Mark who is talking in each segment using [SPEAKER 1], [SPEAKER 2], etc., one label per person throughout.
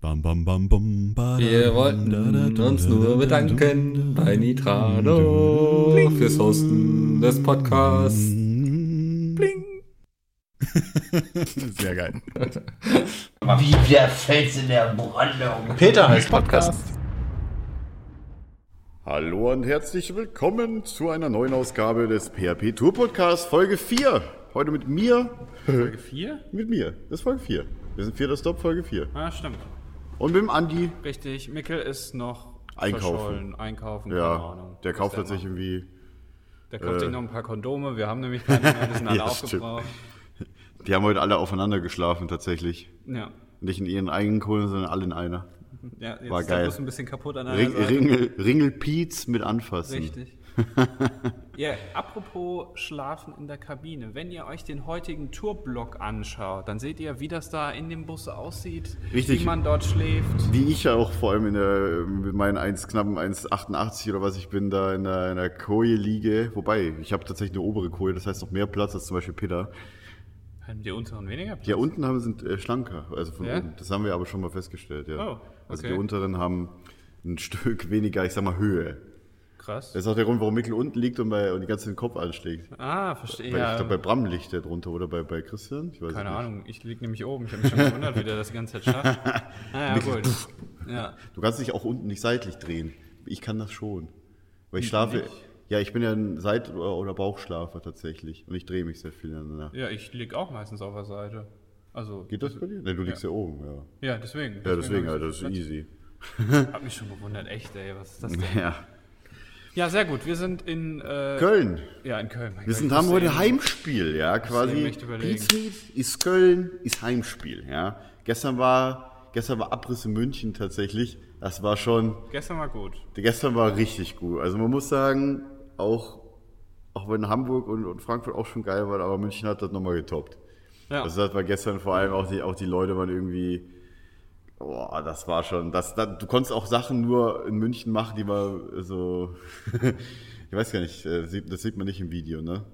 [SPEAKER 1] Bam, bam, bam, bam, ba,
[SPEAKER 2] Wir wollten uns nur bedanken bei Nitrado fürs Hosten des Podcasts.
[SPEAKER 1] Bling. Sehr geil.
[SPEAKER 3] Wie der Fels in der Brandung.
[SPEAKER 4] Peter heißt Podcast.
[SPEAKER 5] Hallo und herzlich willkommen zu einer neuen Ausgabe des PHP Tour Podcast, Folge 4. Heute mit mir.
[SPEAKER 6] Folge 4?
[SPEAKER 5] Mit mir. Das ist Folge 4. Wir sind vierter Stop, Folge 4.
[SPEAKER 6] Ah, stimmt.
[SPEAKER 5] Und mit dem Andi.
[SPEAKER 6] Richtig. Mikkel ist noch
[SPEAKER 5] Einkaufen.
[SPEAKER 6] verschollen. Einkaufen, keine
[SPEAKER 5] Ja,
[SPEAKER 6] Ahnung.
[SPEAKER 5] der
[SPEAKER 6] Was
[SPEAKER 5] kauft
[SPEAKER 6] macht.
[SPEAKER 5] tatsächlich irgendwie.
[SPEAKER 6] Der kauft sich noch ein paar Kondome. Wir haben nämlich keine mehr. Wir sind alle
[SPEAKER 5] Ja, stimmt.
[SPEAKER 6] aufgebraucht.
[SPEAKER 5] Die haben heute alle aufeinander geschlafen, tatsächlich.
[SPEAKER 6] Ja.
[SPEAKER 5] Nicht in ihren eigenen Kohlen, sondern alle in einer.
[SPEAKER 6] ja jetzt
[SPEAKER 5] War
[SPEAKER 6] ist der
[SPEAKER 5] geil.
[SPEAKER 6] Bus ein bisschen kaputt an einer
[SPEAKER 5] Ring,
[SPEAKER 6] Seite.
[SPEAKER 5] Ringel, Ringelpiez mit anfassen.
[SPEAKER 6] Richtig. ja, apropos Schlafen in der Kabine. Wenn ihr euch den heutigen Tourblock anschaut, dann seht ihr, wie das da in dem Bus aussieht.
[SPEAKER 5] Richtig.
[SPEAKER 6] Wie man dort schläft.
[SPEAKER 5] Wie ich ja auch vor allem in der, mit meinen 1, knappen 1,88 oder was ich bin, da in der, in der Koje liege. Wobei, ich habe tatsächlich eine obere Koje, das heißt noch mehr Platz als zum Beispiel Peter.
[SPEAKER 6] Haben die unteren weniger Platz?
[SPEAKER 5] Die ja unten haben sind äh, schlanker, also von
[SPEAKER 6] Ja?
[SPEAKER 5] oben. Das haben wir aber schon mal festgestellt, ja.
[SPEAKER 6] Oh, okay.
[SPEAKER 5] Also die unteren haben ein Stück weniger, ich sag mal, Höhe.
[SPEAKER 6] Krass.
[SPEAKER 5] Das ist auch der Grund, warum Mikkel unten liegt und, bei, und die ganze den Kopf anschlägt.
[SPEAKER 6] Ah, verstehe.
[SPEAKER 5] Weil ich
[SPEAKER 6] Ja,
[SPEAKER 5] glaube, bei Bram liegt der drunter oder bei, bei Christian? Ich weiß
[SPEAKER 6] Keine
[SPEAKER 5] nicht.
[SPEAKER 6] Ahnung, ich lieg nämlich oben. Ich habe mich schon gewundert, wie der das die ganze Zeit schafft. Naja, gut. Ja.
[SPEAKER 5] Du kannst dich auch unten nicht seitlich drehen. Ich kann das schon. Weil ich schlafe. Ja, ich bin ja ein Seit- oder oder Bauchschlafer tatsächlich. Und ich drehe mich sehr viel danach.
[SPEAKER 6] ja, ich lieg auch meistens auf der Seite. Also,
[SPEAKER 5] Geht das bei dir? Nein, du liegst ja, oben, ja.
[SPEAKER 6] ja, deswegen.
[SPEAKER 5] Ja, deswegen,
[SPEAKER 6] hab ich
[SPEAKER 5] Alter, das ist easy.
[SPEAKER 6] hab mich schon gewundert, echt, ey, was ist das denn?
[SPEAKER 5] Ja.
[SPEAKER 6] Ja, sehr gut, wir sind in äh,
[SPEAKER 5] Köln.
[SPEAKER 6] Ja, in Köln. Mein
[SPEAKER 5] Wir
[SPEAKER 6] Gott,
[SPEAKER 5] sind,
[SPEAKER 6] ich
[SPEAKER 5] haben
[SPEAKER 6] wusste
[SPEAKER 5] heute
[SPEAKER 6] eben-
[SPEAKER 5] Heimspiel, ja,
[SPEAKER 6] eben
[SPEAKER 5] quasi.
[SPEAKER 6] echt überlegen.
[SPEAKER 5] Pizmeet ist Köln, ist Heimspiel, ja. Gestern war, gestern war Abriss in München tatsächlich. Das war schon,
[SPEAKER 6] Gestern war gut.
[SPEAKER 5] gestern war richtig gut. Also man muss sagen, auch, auch wenn Hamburg und, und Frankfurt auch schon geil waren, aber München hat das nochmal getoppt.
[SPEAKER 6] Ja.
[SPEAKER 5] Also das war gestern vor allem auch die, auch die Leute waren irgendwie, boah, das war schon, das, das, du konntest auch Sachen nur in München machen, die war so, ich weiß gar nicht, äh, sieht- das sieht man nicht im Video, ne?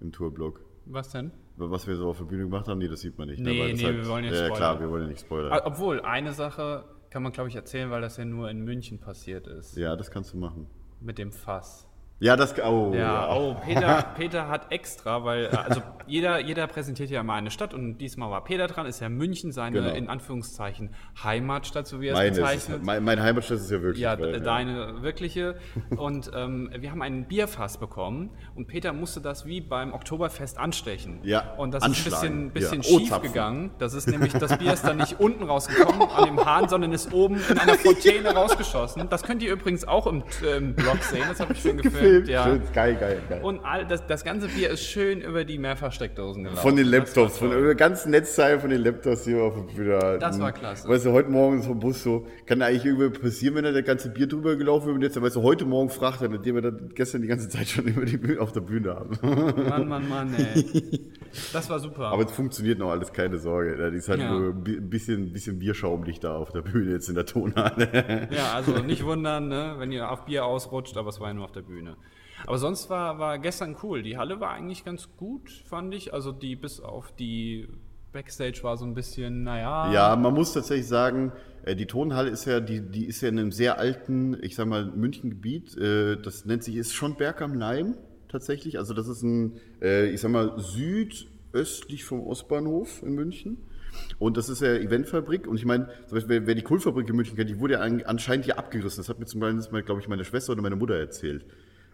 [SPEAKER 5] Im Tourblog.
[SPEAKER 6] was denn?
[SPEAKER 5] Was wir so auf der Bühne gemacht haben, nee, das sieht man nicht.
[SPEAKER 6] Nee,
[SPEAKER 5] ne? Weil das
[SPEAKER 6] nee, wir wollen ja
[SPEAKER 5] Ja,
[SPEAKER 6] spoilern.
[SPEAKER 5] klar, wir wollen ja nicht spoilern.
[SPEAKER 6] Ah, Obwohl, eine Sache kann man, glaube ich, erzählen, weil das ja nur in München passiert ist.
[SPEAKER 5] Ja, das kannst du machen.
[SPEAKER 6] Mit dem Fass.
[SPEAKER 5] Ja, das, oh,
[SPEAKER 6] Ja, oh, Peter, Peter hat extra, weil äh, also jeder, jeder präsentiert ja mal eine Stadt und diesmal war Peter dran, ist ja München seine
[SPEAKER 5] Genau.
[SPEAKER 6] in Anführungszeichen Heimatstadt, so wie er es
[SPEAKER 5] Meine, ist,
[SPEAKER 6] bezeichnet.
[SPEAKER 5] mein, mein Heimatstadt ist ja wirklich.
[SPEAKER 6] ja,
[SPEAKER 5] geil,
[SPEAKER 6] d- deine wirkliche. Und ähm, wir haben einen Bierfass bekommen und Peter musste das wie beim Oktoberfest anstechen.
[SPEAKER 5] Ja,
[SPEAKER 6] Und das ist
[SPEAKER 5] anschlagen.
[SPEAKER 6] ein bisschen, bisschen
[SPEAKER 5] Ja,
[SPEAKER 6] schief
[SPEAKER 5] O-Zapfen.
[SPEAKER 6] gegangen. Das ist nämlich, das Bier ist dann nicht unten rausgekommen an dem Hahn, sondern ist oben in einer Fontäne rausgeschossen. Das könnt ihr übrigens auch im, äh, im Blog sehen, das habe ich schon gefilmt.
[SPEAKER 5] Gefilmt,
[SPEAKER 6] Ja.
[SPEAKER 5] schön, geil, geil, geil.
[SPEAKER 6] Und all, das, das ganze Bier ist schön über die Mehrfachsteckdosen gelaufen.
[SPEAKER 5] Von den Laptops, von dem ganzen Netzteil von den Laptops, die wir auf dem Computer hatten.
[SPEAKER 6] Das war klasse.
[SPEAKER 5] Weißt du, heute Morgen ist vom Bus so, kann da eigentlich irgendwie passieren, wenn da das ganze Bier drüber gelaufen wird und jetzt, weißt du, heute Morgen fragt er, nachdem wir das gestern die ganze Zeit schon über die Bühne, auf der Bühne haben.
[SPEAKER 6] Mann, Mann, Mann, ey. Das war super.
[SPEAKER 5] Aber es funktioniert noch alles, keine Sorge. Da ist halt
[SPEAKER 6] Ja.
[SPEAKER 5] nur ein bi- bisschen, bisschen Bierschaum liegt da auf der Bühne jetzt in der Tonhalle.
[SPEAKER 6] ja, also nicht wundern, ne, wenn ihr auf Bier ausrutscht, aber es war ja nur auf der Bühne. Aber sonst war, war gestern cool. Die Halle war eigentlich ganz gut, fand ich. Also die bis auf die Backstage war so ein bisschen, naja.
[SPEAKER 5] Ja, man muss tatsächlich sagen, äh, die Tonhalle ist ja, die, die ist ja in einem sehr alten, ich sag mal, Münchengebiet. äh, Das nennt sich, ist schon Berg am Leim tatsächlich. Also das ist ein, äh, ich sag mal, südöstlich vom Ostbahnhof in München. Und das ist ja Eventfabrik. Und ich meine, zum Beispiel, wer- wer die Kohlfabrik in München kennt, die wurde ja an- anscheinend hier abgerissen. Das hat mir zum Beispiel, glaube ich, meine Schwester oder meine Mutter erzählt.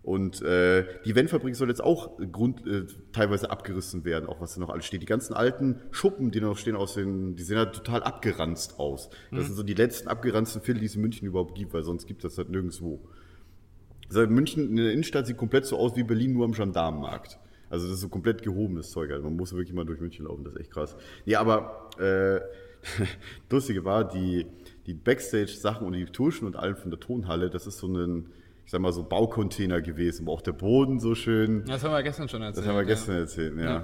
[SPEAKER 5] Und äh, die Eventfabrik soll jetzt auch Grund, äh, teilweise abgerissen werden, auch was da noch alles steht. Die ganzen alten Schuppen, die noch stehen, aus den, die sehen halt total abgeranzt aus. Das sind so die letzten abgeranzten Viertel, die es in München überhaupt gibt, weil sonst gibt es das halt nirgendwo. Also München in der Innenstadt sieht komplett so aus wie Berlin nur am Gendarmenmarkt. Also das ist so komplett gehobenes Zeug. Also man muss wirklich mal durch München laufen, das ist echt krass. Ja, aber äh, lustige war, die, die Backstage-Sachen und die Tuschen und allem von der Tonhalle, das ist so ein, ich sag mal so Baucontainer gewesen, wo auch der Boden so schön,
[SPEAKER 6] Das haben wir gestern schon erzählt.
[SPEAKER 5] das haben wir gestern
[SPEAKER 6] Ja,
[SPEAKER 5] erzählt, ja.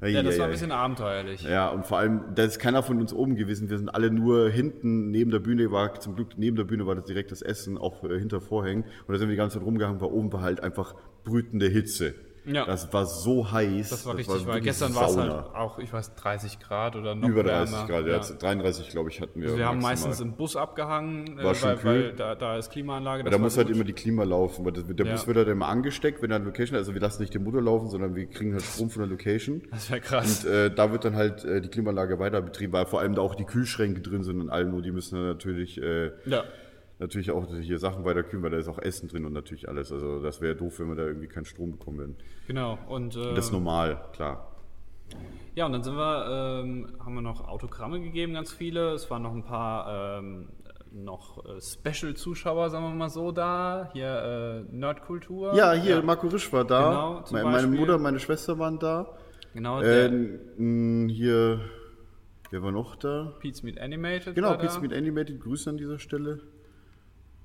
[SPEAKER 6] Ja. ja das war ein bisschen abenteuerlich.
[SPEAKER 5] Ja, und vor allem, da ist keiner von uns oben gewesen. Wir sind alle nur hinten neben der Bühne, war zum Glück neben der Bühne war das direkt das Essen, auch äh, hinter Vorhängen. Und da sind wir die ganze Zeit rumgehangen, weil oben war halt einfach brütende Hitze.
[SPEAKER 6] Ja.
[SPEAKER 5] Das war so heiß.
[SPEAKER 6] Das war richtig, weil
[SPEAKER 5] wirklich
[SPEAKER 6] gestern halt war es halt
[SPEAKER 5] Sauna.
[SPEAKER 6] auch, ich weiß, 30 Grad oder noch
[SPEAKER 5] Über 30
[SPEAKER 6] wärmer.
[SPEAKER 5] Grad, ja. 33, glaube ich, hatten wir.
[SPEAKER 6] Also Wir haben
[SPEAKER 5] maximal.
[SPEAKER 6] meistens im Bus abgehangen, äh,
[SPEAKER 5] War schon
[SPEAKER 6] weil,
[SPEAKER 5] kühl.
[SPEAKER 6] weil da, da ist Klimaanlage.
[SPEAKER 5] Weil
[SPEAKER 6] das
[SPEAKER 5] da
[SPEAKER 6] war
[SPEAKER 5] muss halt
[SPEAKER 6] gut.
[SPEAKER 5] immer die Klima laufen, weil das, der
[SPEAKER 6] Ja.
[SPEAKER 5] Bus wird halt immer angesteckt, wenn da eine Location, also wir lassen nicht den Motor laufen, sondern wir kriegen halt Strom von der Location.
[SPEAKER 6] Das wäre krass.
[SPEAKER 5] Und äh, da wird dann halt äh, die Klimaanlage weiter betrieben, weil vor allem da auch die Kühlschränke drin sind und allem, nur die müssen dann natürlich, äh,
[SPEAKER 6] ja.
[SPEAKER 5] natürlich auch hier Sachen weiter kühlen, weil da ist auch Essen drin und natürlich alles. Also das wäre doof, wenn wir da irgendwie keinen Strom bekommen würden.
[SPEAKER 6] Genau. Und, äh,
[SPEAKER 5] Das ist normal, klar.
[SPEAKER 6] ja, und dann sind wir, ähm, haben wir noch Autogramme gegeben, ganz viele. Es waren noch ein paar ähm, noch äh, Special-Zuschauer, sagen wir mal so, da. Hier äh, Nerdkultur.
[SPEAKER 5] Ja, hier, Marco Risch war da.
[SPEAKER 6] Genau, zum
[SPEAKER 5] Me- meine
[SPEAKER 6] Beispiel.
[SPEAKER 5] Mutter, meine Schwester waren da.
[SPEAKER 6] Genau, der
[SPEAKER 5] Ähm, mh, hier, wer war noch da?
[SPEAKER 6] Pete's Meet Animated.
[SPEAKER 5] Genau,
[SPEAKER 6] war da.
[SPEAKER 5] Pizza mit Animated, Grüße an dieser Stelle.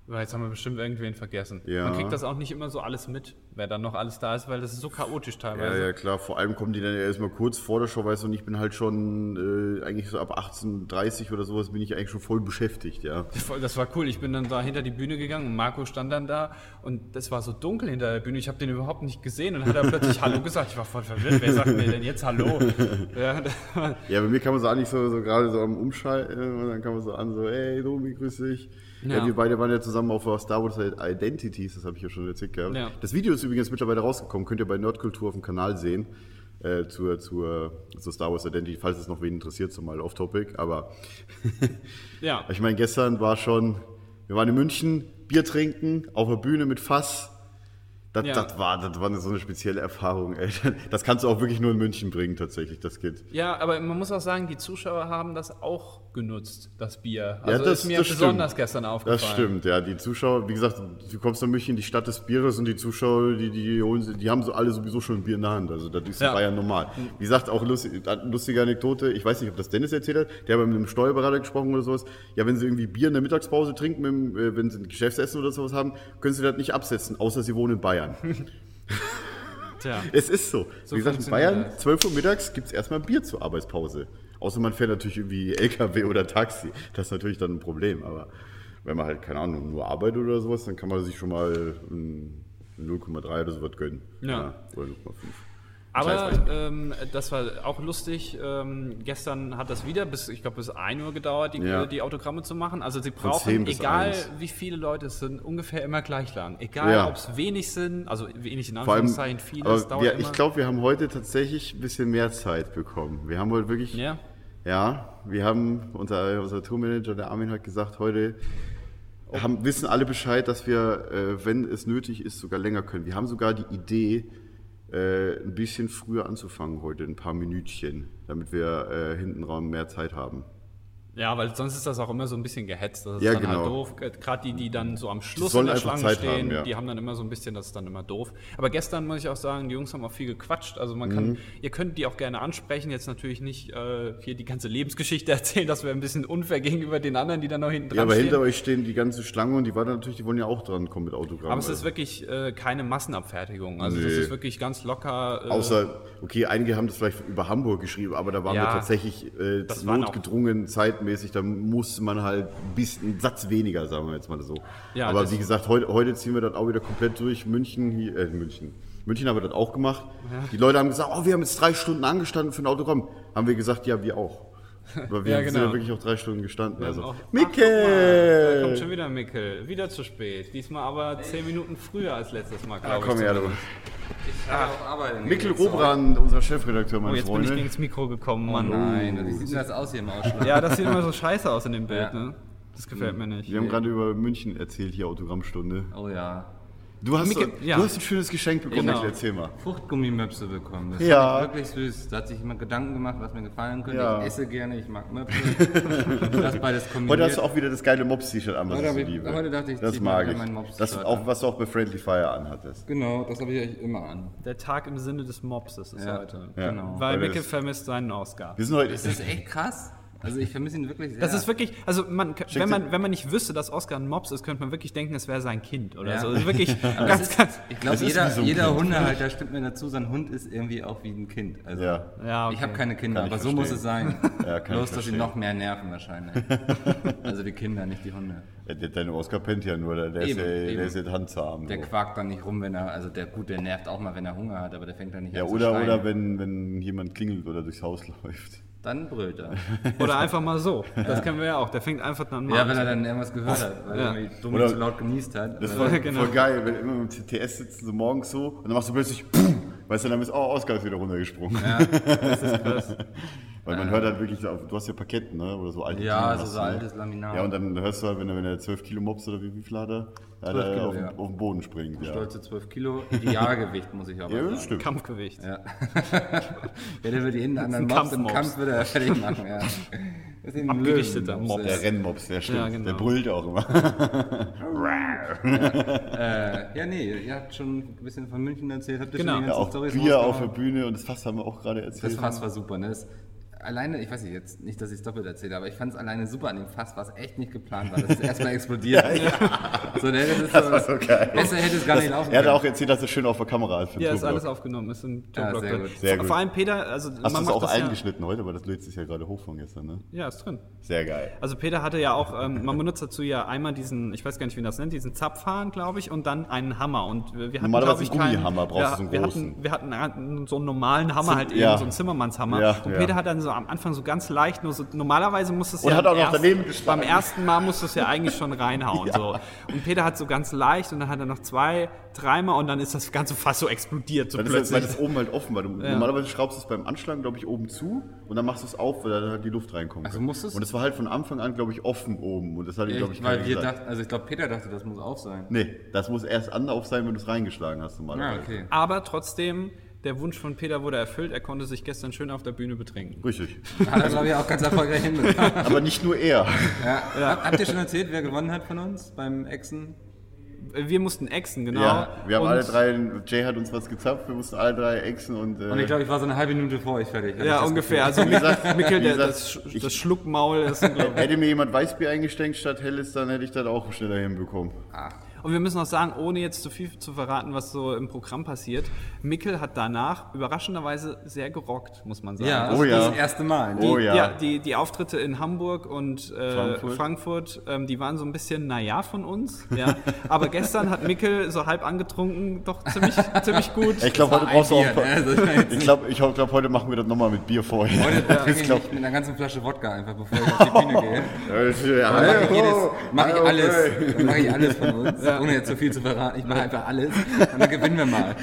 [SPEAKER 6] Weil Jetzt haben wir bestimmt irgendwen vergessen.
[SPEAKER 5] Ja.
[SPEAKER 6] Man kriegt das auch nicht immer so alles mit, wer dann noch alles da ist, weil das ist so chaotisch
[SPEAKER 5] Ja,
[SPEAKER 6] teilweise.
[SPEAKER 5] ja, klar. Vor allem kommen die dann ja erstmal kurz vor der Show, weißt du, und ich bin halt schon äh, eigentlich so ab 18.30 oder sowas bin ich eigentlich schon voll beschäftigt, ja.
[SPEAKER 6] Voll, Das war cool. Ich bin dann da hinter die Bühne gegangen und Marco stand dann da und es war so dunkel hinter der Bühne. Ich habe den überhaupt nicht gesehen und dann hat er plötzlich Hallo gesagt. Ich war voll verwirrt. Wer sagt mir denn jetzt Hallo? Ja, da-
[SPEAKER 5] Ja, bei mir kann man so eigentlich so, so gerade so am Umschalten und dann kann man so an, so, ey, Domi, grüß dich. Ja.
[SPEAKER 6] Ja.
[SPEAKER 5] wir beide waren ja zusammen auf Star Wars Identities, das habe ich ja schon erzählt gehabt.
[SPEAKER 6] Ja.
[SPEAKER 5] Das Video ist übrigens mittlerweile rausgekommen, könnt ihr bei Nerdkultur auf dem Kanal sehen. Äh, zur, zur, zur Star Wars Identity, falls es noch wen interessiert, zumal off-topic, aber
[SPEAKER 6] ja.
[SPEAKER 5] Ich meine, gestern war schon, wir waren in München, Bier trinken, auf der Bühne mit Fass. Das,
[SPEAKER 6] Ja.
[SPEAKER 5] das, war, das war so eine spezielle Erfahrung, ey. Das kannst du auch wirklich nur in München bringen, tatsächlich, das geht.
[SPEAKER 6] ja, aber man muss auch sagen, die Zuschauer haben das auch genutzt, das Bier. Also
[SPEAKER 5] das-
[SPEAKER 6] ist mir
[SPEAKER 5] das
[SPEAKER 6] besonders
[SPEAKER 5] stimmt.
[SPEAKER 6] gestern aufgefallen.
[SPEAKER 5] Das stimmt, ja. Die Zuschauer, wie gesagt, du kommst nach München, die Stadt des Bieres und die Zuschauer, die, die, holen, sie- die haben so alle sowieso schon ein Bier in der Hand. Also das ist in
[SPEAKER 6] Ja.
[SPEAKER 5] Bayern normal. Wie gesagt, auch lustig, lustige Anekdote, ich weiß nicht, ob das Dennis erzählt hat, der hat mit einem Steuerberater gesprochen oder sowas. Ja, wenn sie irgendwie Bier in der Mittagspause trinken, mit, dem, äh, wenn sie ein Geschäftsessen oder sowas haben, können sie das nicht absetzen, außer sie wohnen in Bayern.
[SPEAKER 6] Tja.
[SPEAKER 5] Es ist so. Wie gesagt, in
[SPEAKER 6] funktioniert
[SPEAKER 5] Bayern,
[SPEAKER 6] das.
[SPEAKER 5] 12 Uhr mittags gibt es erstmal ein Bier zur Arbeitspause. Außer man fährt natürlich irgendwie LKW oder Taxi. Das ist natürlich dann ein Problem. Aber wenn man halt, keine Ahnung, nur arbeitet oder sowas, dann kann man sich schon mal ein 0,3 oder sowas gönnen.
[SPEAKER 6] Ja. Also
[SPEAKER 5] oder 0,5.
[SPEAKER 6] Aber
[SPEAKER 5] Scheiß
[SPEAKER 6] ähm, das war auch lustig. Ähm, gestern hat das wieder bis, ich glaube, bis 1 Uhr gedauert, die,
[SPEAKER 5] Ja.
[SPEAKER 6] die Autogramme zu machen. Also sie
[SPEAKER 5] 10
[SPEAKER 6] brauchen,
[SPEAKER 5] bis
[SPEAKER 6] egal
[SPEAKER 5] 1.
[SPEAKER 6] wie viele Leute es sind, ungefähr immer gleich lang. Egal,
[SPEAKER 5] Ja.
[SPEAKER 6] ob es wenig sind, also wenig in
[SPEAKER 5] Vor allem,
[SPEAKER 6] Anführungszeichen, viele, es
[SPEAKER 5] aber
[SPEAKER 6] dauert
[SPEAKER 5] wir,
[SPEAKER 6] immer.
[SPEAKER 5] ich glaube, wir haben heute tatsächlich ein bisschen mehr Zeit bekommen. Wir haben heute wirklich,
[SPEAKER 6] ja.
[SPEAKER 5] Ja, wir haben, unser, unser Tourmanager, der Armin, hat gesagt, heute haben, wissen alle Bescheid, dass wir, äh, wenn es nötig ist, sogar länger können. Wir haben sogar die Idee, äh, ein bisschen früher anzufangen heute, ein paar Minütchen, damit wir äh, hinten raum mehr Zeit haben.
[SPEAKER 6] ja, weil sonst ist das auch immer so ein bisschen gehetzt. Das ist
[SPEAKER 5] Ja,
[SPEAKER 6] dann halt
[SPEAKER 5] genau.
[SPEAKER 6] doof. Gerade die, die dann so am Schluss in
[SPEAKER 5] sollen
[SPEAKER 6] der
[SPEAKER 5] einfach
[SPEAKER 6] Schlange
[SPEAKER 5] Zeit
[SPEAKER 6] stehen,
[SPEAKER 5] haben, ja.
[SPEAKER 6] die haben dann immer so ein bisschen, das ist dann immer doof. Aber gestern muss ich auch sagen, die Jungs haben auch viel gequatscht. Also man
[SPEAKER 5] Mhm.
[SPEAKER 6] kann, ihr könnt die auch gerne ansprechen, jetzt natürlich nicht äh, hier die ganze Lebensgeschichte erzählen, das wäre ein bisschen unfair gegenüber den anderen, die dann noch hinten dran
[SPEAKER 5] Ja, aber
[SPEAKER 6] stehen.
[SPEAKER 5] hinter euch stehen die ganze Schlange und die warten natürlich, die wollen ja auch dran kommen mit Autogramm.
[SPEAKER 6] aber es ist
[SPEAKER 5] also.
[SPEAKER 6] wirklich äh, keine Massenabfertigung. Also das
[SPEAKER 5] Nee.
[SPEAKER 6] ist wirklich ganz locker. Äh,
[SPEAKER 5] Außer, okay, einige haben das vielleicht über Hamburg geschrieben, aber da waren wir
[SPEAKER 6] Ja,
[SPEAKER 5] tatsächlich äh,
[SPEAKER 6] das waren auch-
[SPEAKER 5] notgedrungen, zeitmäßig. Da musste man halt ein bisschen einen Satz weniger, sagen wir jetzt mal so.
[SPEAKER 6] Ja,
[SPEAKER 5] aber
[SPEAKER 6] das-
[SPEAKER 5] wie gesagt, heute, heute ziehen wir das auch wieder komplett durch. München, hier- äh, München. München haben wir das auch gemacht. Die Leute haben gesagt, oh, wir haben jetzt drei Stunden angestanden für ein Autogramm. Haben wir gesagt, ja, wir auch. Aber wir
[SPEAKER 6] Ja,
[SPEAKER 5] sind
[SPEAKER 6] genau.
[SPEAKER 5] ja wirklich auch drei Stunden gestanden.
[SPEAKER 6] Wir haben
[SPEAKER 5] also,
[SPEAKER 6] auch- Ach, guck mal, da kommt
[SPEAKER 5] Mickel!
[SPEAKER 6] schon wieder Mickel. Wieder zu spät. Diesmal aber zehn Minuten früher als letztes Mal, glaube
[SPEAKER 5] Ah,
[SPEAKER 6] ich.
[SPEAKER 5] komm her, du.
[SPEAKER 2] Ich kann auch arbeiten.
[SPEAKER 5] Mickel Robran, unser Chefredakteur,
[SPEAKER 6] Oh,
[SPEAKER 5] meine Oh,
[SPEAKER 6] jetzt bin ich gegen
[SPEAKER 5] Freunde.
[SPEAKER 6] das Mikro gekommen, Mann.
[SPEAKER 2] Nein, wie sieht denn das aus hier im Ausschlag?
[SPEAKER 6] Ja, das sieht immer so scheiße aus in dem Bild,
[SPEAKER 2] Ja.
[SPEAKER 6] ne? Das gefällt mir nicht.
[SPEAKER 5] Wir haben gerade über München erzählt, hier Autogrammstunde.
[SPEAKER 2] Oh ja.
[SPEAKER 5] Du hast,
[SPEAKER 6] Micke-
[SPEAKER 5] so,
[SPEAKER 6] ja.
[SPEAKER 5] du hast ein schönes Geschenk bekommen,
[SPEAKER 6] Genau.
[SPEAKER 5] Michael, erzähl mal.
[SPEAKER 2] Fruchtgummimöpse bekommen. Das
[SPEAKER 5] Ja.
[SPEAKER 2] fand ich wirklich süß. Da hat sich jemand Gedanken gemacht, was mir gefallen könnte.
[SPEAKER 5] Ja.
[SPEAKER 2] Ich esse gerne, ich mag Möpse. das beides kombiniert.
[SPEAKER 5] Heute hast du auch wieder das geile Mops-T-Shirt an, was
[SPEAKER 2] Heute
[SPEAKER 5] ich so
[SPEAKER 2] hab ich-
[SPEAKER 5] liebe.
[SPEAKER 2] heute dachte ich,
[SPEAKER 5] das
[SPEAKER 2] zieh mal
[SPEAKER 5] mag
[SPEAKER 2] wieder
[SPEAKER 5] ich.
[SPEAKER 2] mein Mops-T-Shirt
[SPEAKER 5] Das
[SPEAKER 2] an.
[SPEAKER 5] auch, was du auch bei Friendly Fire anhattest.
[SPEAKER 2] Genau, das habe ich euch immer an.
[SPEAKER 6] Der Tag im Sinne des Mobs ist es heute.
[SPEAKER 5] Ja.
[SPEAKER 2] Genau.
[SPEAKER 6] Weil
[SPEAKER 5] Weil wir
[SPEAKER 6] Micke
[SPEAKER 5] das-
[SPEAKER 6] vermisst seinen Oscar.
[SPEAKER 5] Wir sind heute.
[SPEAKER 2] Das ist echt krass. Also ich vermisse ihn wirklich sehr.
[SPEAKER 6] Das ist wirklich, also man, kann- wenn
[SPEAKER 5] dir-
[SPEAKER 6] man, wenn man nicht wüsste, dass Oscar ein Mops ist, könnte man wirklich denken, es wäre sein Kind oder
[SPEAKER 2] Ja.
[SPEAKER 6] so. Also wirklich
[SPEAKER 2] Aber es
[SPEAKER 6] ganz,
[SPEAKER 2] ist,
[SPEAKER 6] ganz.
[SPEAKER 2] ich glaube,
[SPEAKER 5] Es ist
[SPEAKER 2] jeder,
[SPEAKER 5] wie so ein
[SPEAKER 2] jeder
[SPEAKER 5] Kind.
[SPEAKER 2] Hundehalter stimmt mir dazu, sein Hund ist irgendwie auch wie ein Kind. Also,
[SPEAKER 5] Ja.
[SPEAKER 6] Ja, okay.
[SPEAKER 2] Ich habe keine Kinder,
[SPEAKER 5] Kann ich
[SPEAKER 2] aber so muss es sein.
[SPEAKER 5] Ja, kann ich
[SPEAKER 2] Bloß, dass sie
[SPEAKER 5] verstehen.
[SPEAKER 2] noch mehr nerven wahrscheinlich. also die Kinder, nicht die Hunde.
[SPEAKER 5] Ja, der- Dein Oscar pennt ja nur, der, der,
[SPEAKER 4] Eben,
[SPEAKER 5] ist, ja,
[SPEAKER 4] eben.
[SPEAKER 5] der ist jetzt handzahm.
[SPEAKER 4] Der
[SPEAKER 5] so.
[SPEAKER 4] quakt dann nicht rum, wenn er, also der gut, der nervt auch mal, wenn er Hunger hat, aber der fängt dann nicht
[SPEAKER 5] Ja,
[SPEAKER 4] an
[SPEAKER 5] oder,
[SPEAKER 4] zu schreien.
[SPEAKER 5] oder wenn, wenn jemand klingelt oder durchs Haus läuft.
[SPEAKER 4] Dann brüllt er.
[SPEAKER 6] Oder einfach mal so. Das kennen wir ja auch. Der fängt einfach dann mal
[SPEAKER 4] ja,
[SPEAKER 6] an
[SPEAKER 4] wenn
[SPEAKER 6] zu-
[SPEAKER 4] er dann irgendwas gehört hat, weil
[SPEAKER 6] Ja.
[SPEAKER 4] er irgendwie dumm
[SPEAKER 5] Oder-
[SPEAKER 4] zu laut genießt hat.
[SPEAKER 5] Das
[SPEAKER 4] Aber-
[SPEAKER 5] war
[SPEAKER 6] genau.
[SPEAKER 5] voll geil, wenn immer im TTS sitzen, so morgens so, und dann machst du plötzlich, Pum, weißt du, dann ist auch Oscar ist wieder runtergesprungen. Weil man hört halt wirklich, so auf- du hast ja Paketten, ne? oder so alte
[SPEAKER 4] Ja,
[SPEAKER 5] Dinge
[SPEAKER 4] so-
[SPEAKER 2] also
[SPEAKER 5] hast
[SPEAKER 4] so
[SPEAKER 5] du, ne?
[SPEAKER 4] altes Laminat.
[SPEAKER 5] Ja, und dann hörst du halt, wenn er, wenn er 12 Kilo Mops oder wie, wie viel hat er, hat er
[SPEAKER 4] Kilo,
[SPEAKER 5] auf, den-
[SPEAKER 4] ja.
[SPEAKER 5] auf den Boden springt. Ja,
[SPEAKER 4] stolze 12 Kilo. Idealgewicht, muss ich aber
[SPEAKER 5] ja
[SPEAKER 4] sagen.
[SPEAKER 5] das stimmt.
[SPEAKER 6] Kampfgewicht.
[SPEAKER 4] Ja. ja, der würde jeden anderen
[SPEAKER 6] ein
[SPEAKER 4] Mobs im
[SPEAKER 6] Kampfmops.
[SPEAKER 4] Kampf würde er fertig machen, ja. Das ist eben ein
[SPEAKER 6] Abgerichteter
[SPEAKER 4] Löwenmops,
[SPEAKER 6] Mob.
[SPEAKER 4] ja.
[SPEAKER 5] Der Rennmops, der stimmt.
[SPEAKER 6] Ja, genau.
[SPEAKER 5] Der brüllt auch immer.
[SPEAKER 4] Ja, nee, ihr habt schon ein bisschen von München erzählt, habt ihr
[SPEAKER 6] Genau.
[SPEAKER 4] schon die
[SPEAKER 5] Ja,
[SPEAKER 4] ganzen
[SPEAKER 5] auch
[SPEAKER 4] Storys
[SPEAKER 5] Bier auf der
[SPEAKER 4] rausgehauen?
[SPEAKER 5] Bühne und das Fass haben wir auch gerade
[SPEAKER 4] genau. Das
[SPEAKER 5] erzählt.
[SPEAKER 4] Fass war super, ne? Das, alleine, ich weiß nicht, jetzt nicht, dass ich es doppelt erzähle, aber ich fand es alleine super an dem Fass, was echt nicht geplant war, dass es erstmal explodiert. So, ne, das ist so,
[SPEAKER 5] war so geil.
[SPEAKER 4] Besser hätte es gar nicht laufen
[SPEAKER 5] er hat
[SPEAKER 4] können.
[SPEAKER 5] auch erzählt, dass er schön auf der Kamera ist. für den
[SPEAKER 6] Ja, ist
[SPEAKER 5] Tourblock.
[SPEAKER 6] alles aufgenommen, ist im
[SPEAKER 4] Ja,
[SPEAKER 6] Tourblock
[SPEAKER 4] sehr
[SPEAKER 6] drin.
[SPEAKER 4] gut.
[SPEAKER 5] Sehr
[SPEAKER 6] Vor-
[SPEAKER 5] gut.
[SPEAKER 6] Vor allem Peter, also
[SPEAKER 5] Hast du
[SPEAKER 6] man
[SPEAKER 5] es
[SPEAKER 6] macht
[SPEAKER 5] auch
[SPEAKER 6] das ja,
[SPEAKER 5] eingeschnitten heute, weil das löst sich ja gerade hoch von gestern, ne?
[SPEAKER 6] ja, ist drin.
[SPEAKER 5] Sehr geil.
[SPEAKER 6] Also Peter hatte ja auch, ähm, man benutzt dazu ja einmal diesen, ich weiß gar nicht, wie man das nennt, diesen Zapfhahn, glaube ich, und dann einen Hammer. Und wir wir hatten,
[SPEAKER 5] Normalerweise
[SPEAKER 6] glaube ich,
[SPEAKER 5] einen Gummihammer
[SPEAKER 6] keinen-
[SPEAKER 5] brauchst du, so
[SPEAKER 6] wir,
[SPEAKER 5] einen
[SPEAKER 6] wir
[SPEAKER 5] großen.
[SPEAKER 6] hatten, wir hatten einen- so einen normalen Hammer halt eben,
[SPEAKER 5] ja.
[SPEAKER 6] so einen Zimmermannshammer.
[SPEAKER 5] Ja,
[SPEAKER 6] und
[SPEAKER 5] ja.
[SPEAKER 6] Peter hat dann so am Anfang so ganz leicht nur so, normalerweise muss es
[SPEAKER 5] Und
[SPEAKER 6] ja
[SPEAKER 5] hat auch
[SPEAKER 6] am
[SPEAKER 5] noch daneben
[SPEAKER 6] beim
[SPEAKER 5] geschlagen.
[SPEAKER 6] ersten Mal musst du es ja eigentlich schon reinhauen. so. Und Peter hat so ganz leicht und dann hat er noch zwei, dreimal und dann ist das ganze Fass so explodiert. So
[SPEAKER 5] Dann ist das,
[SPEAKER 6] plötzlich.
[SPEAKER 5] weil das oben halt offen war. Du, Normalerweise schraubst du es beim Anschlagen, glaube ich, oben zu und dann machst du es auf, weil da halt die Luft reinkommt.
[SPEAKER 4] Also musst du's-
[SPEAKER 5] Und es war halt von Anfang an, glaube ich, offen oben. Und das hatte ich, glaube ich,
[SPEAKER 4] Echt, weil
[SPEAKER 5] keiner
[SPEAKER 4] wir
[SPEAKER 5] gesagt.
[SPEAKER 4] dachten, also ich glaube, Peter dachte, das muss auf sein.
[SPEAKER 5] Nee, das muss erst anlauf sein, wenn du es reingeschlagen hast
[SPEAKER 4] Ja,
[SPEAKER 5] normalerweise.
[SPEAKER 4] okay.
[SPEAKER 6] Aber trotzdem, der Wunsch von Peter wurde erfüllt. Er konnte sich gestern schön auf der Bühne betrinken.
[SPEAKER 5] Richtig.
[SPEAKER 4] Hat er, glaube ich, auch ganz erfolgreich hinbekommen.
[SPEAKER 5] Aber nicht nur er.
[SPEAKER 4] Hab- Habt ihr schon erzählt, wer gewonnen hat von uns beim Echsen?
[SPEAKER 6] Wir mussten exen, genau.
[SPEAKER 5] Ja, wir haben
[SPEAKER 6] Und-
[SPEAKER 5] alle drei, Jay hat uns was gezapft, wir mussten alle drei Echsen und, äh,
[SPEAKER 4] Und ich glaube, ich war so eine halbe Minute vor euch fertig. hatte ich
[SPEAKER 6] Ja,
[SPEAKER 4] das
[SPEAKER 6] ungefähr. Also
[SPEAKER 5] Wie gesagt-
[SPEAKER 6] Mikkel,
[SPEAKER 5] wie
[SPEAKER 6] der,
[SPEAKER 5] gesagt,
[SPEAKER 6] das, Sch-
[SPEAKER 5] ich-
[SPEAKER 6] das Schluckmaul ist ein Glück.
[SPEAKER 5] hätte mir jemand Weißbier eingeschenkt statt Helles, dann hätte ich das auch schneller hinbekommen.
[SPEAKER 6] Und wir müssen auch sagen, ohne jetzt zu viel zu verraten, was so im Programm passiert, Mikkel hat danach überraschenderweise sehr gerockt, muss man sagen.
[SPEAKER 4] Ja,
[SPEAKER 5] Oh
[SPEAKER 4] das ist
[SPEAKER 5] ja.
[SPEAKER 4] das erste Mal.
[SPEAKER 5] Oh
[SPEAKER 6] ja.
[SPEAKER 5] ja.
[SPEAKER 6] die, die Auftritte in Hamburg und äh, Frankfurt,
[SPEAKER 5] Frankfurt.
[SPEAKER 6] ähm, die waren so ein bisschen naja von uns. Ja. Aber gestern hat Mikkel so halb angetrunken, doch ziemlich, ziemlich gut.
[SPEAKER 5] Ich glaube, heute
[SPEAKER 4] Ein
[SPEAKER 5] brauchst du auch
[SPEAKER 4] Bier,
[SPEAKER 5] ein paar.
[SPEAKER 4] ne? Also ich meine jetzt
[SPEAKER 5] Ich glaube, ich glaub, heute machen wir das nochmal mit Bier vorher.
[SPEAKER 4] Heute
[SPEAKER 5] Das
[SPEAKER 4] trinke ich
[SPEAKER 5] glaub-
[SPEAKER 4] mit einer ganzen Flasche Wodka einfach, bevor ich auf die Bühne gehe. Dann mache ich, jedes, mach ich
[SPEAKER 5] Hallo,
[SPEAKER 4] alles.
[SPEAKER 5] hey.
[SPEAKER 4] Dann mache ich alles von uns, ohne jetzt zu viel zu verraten. Ich mache einfach alles und dann gewinnen wir mal.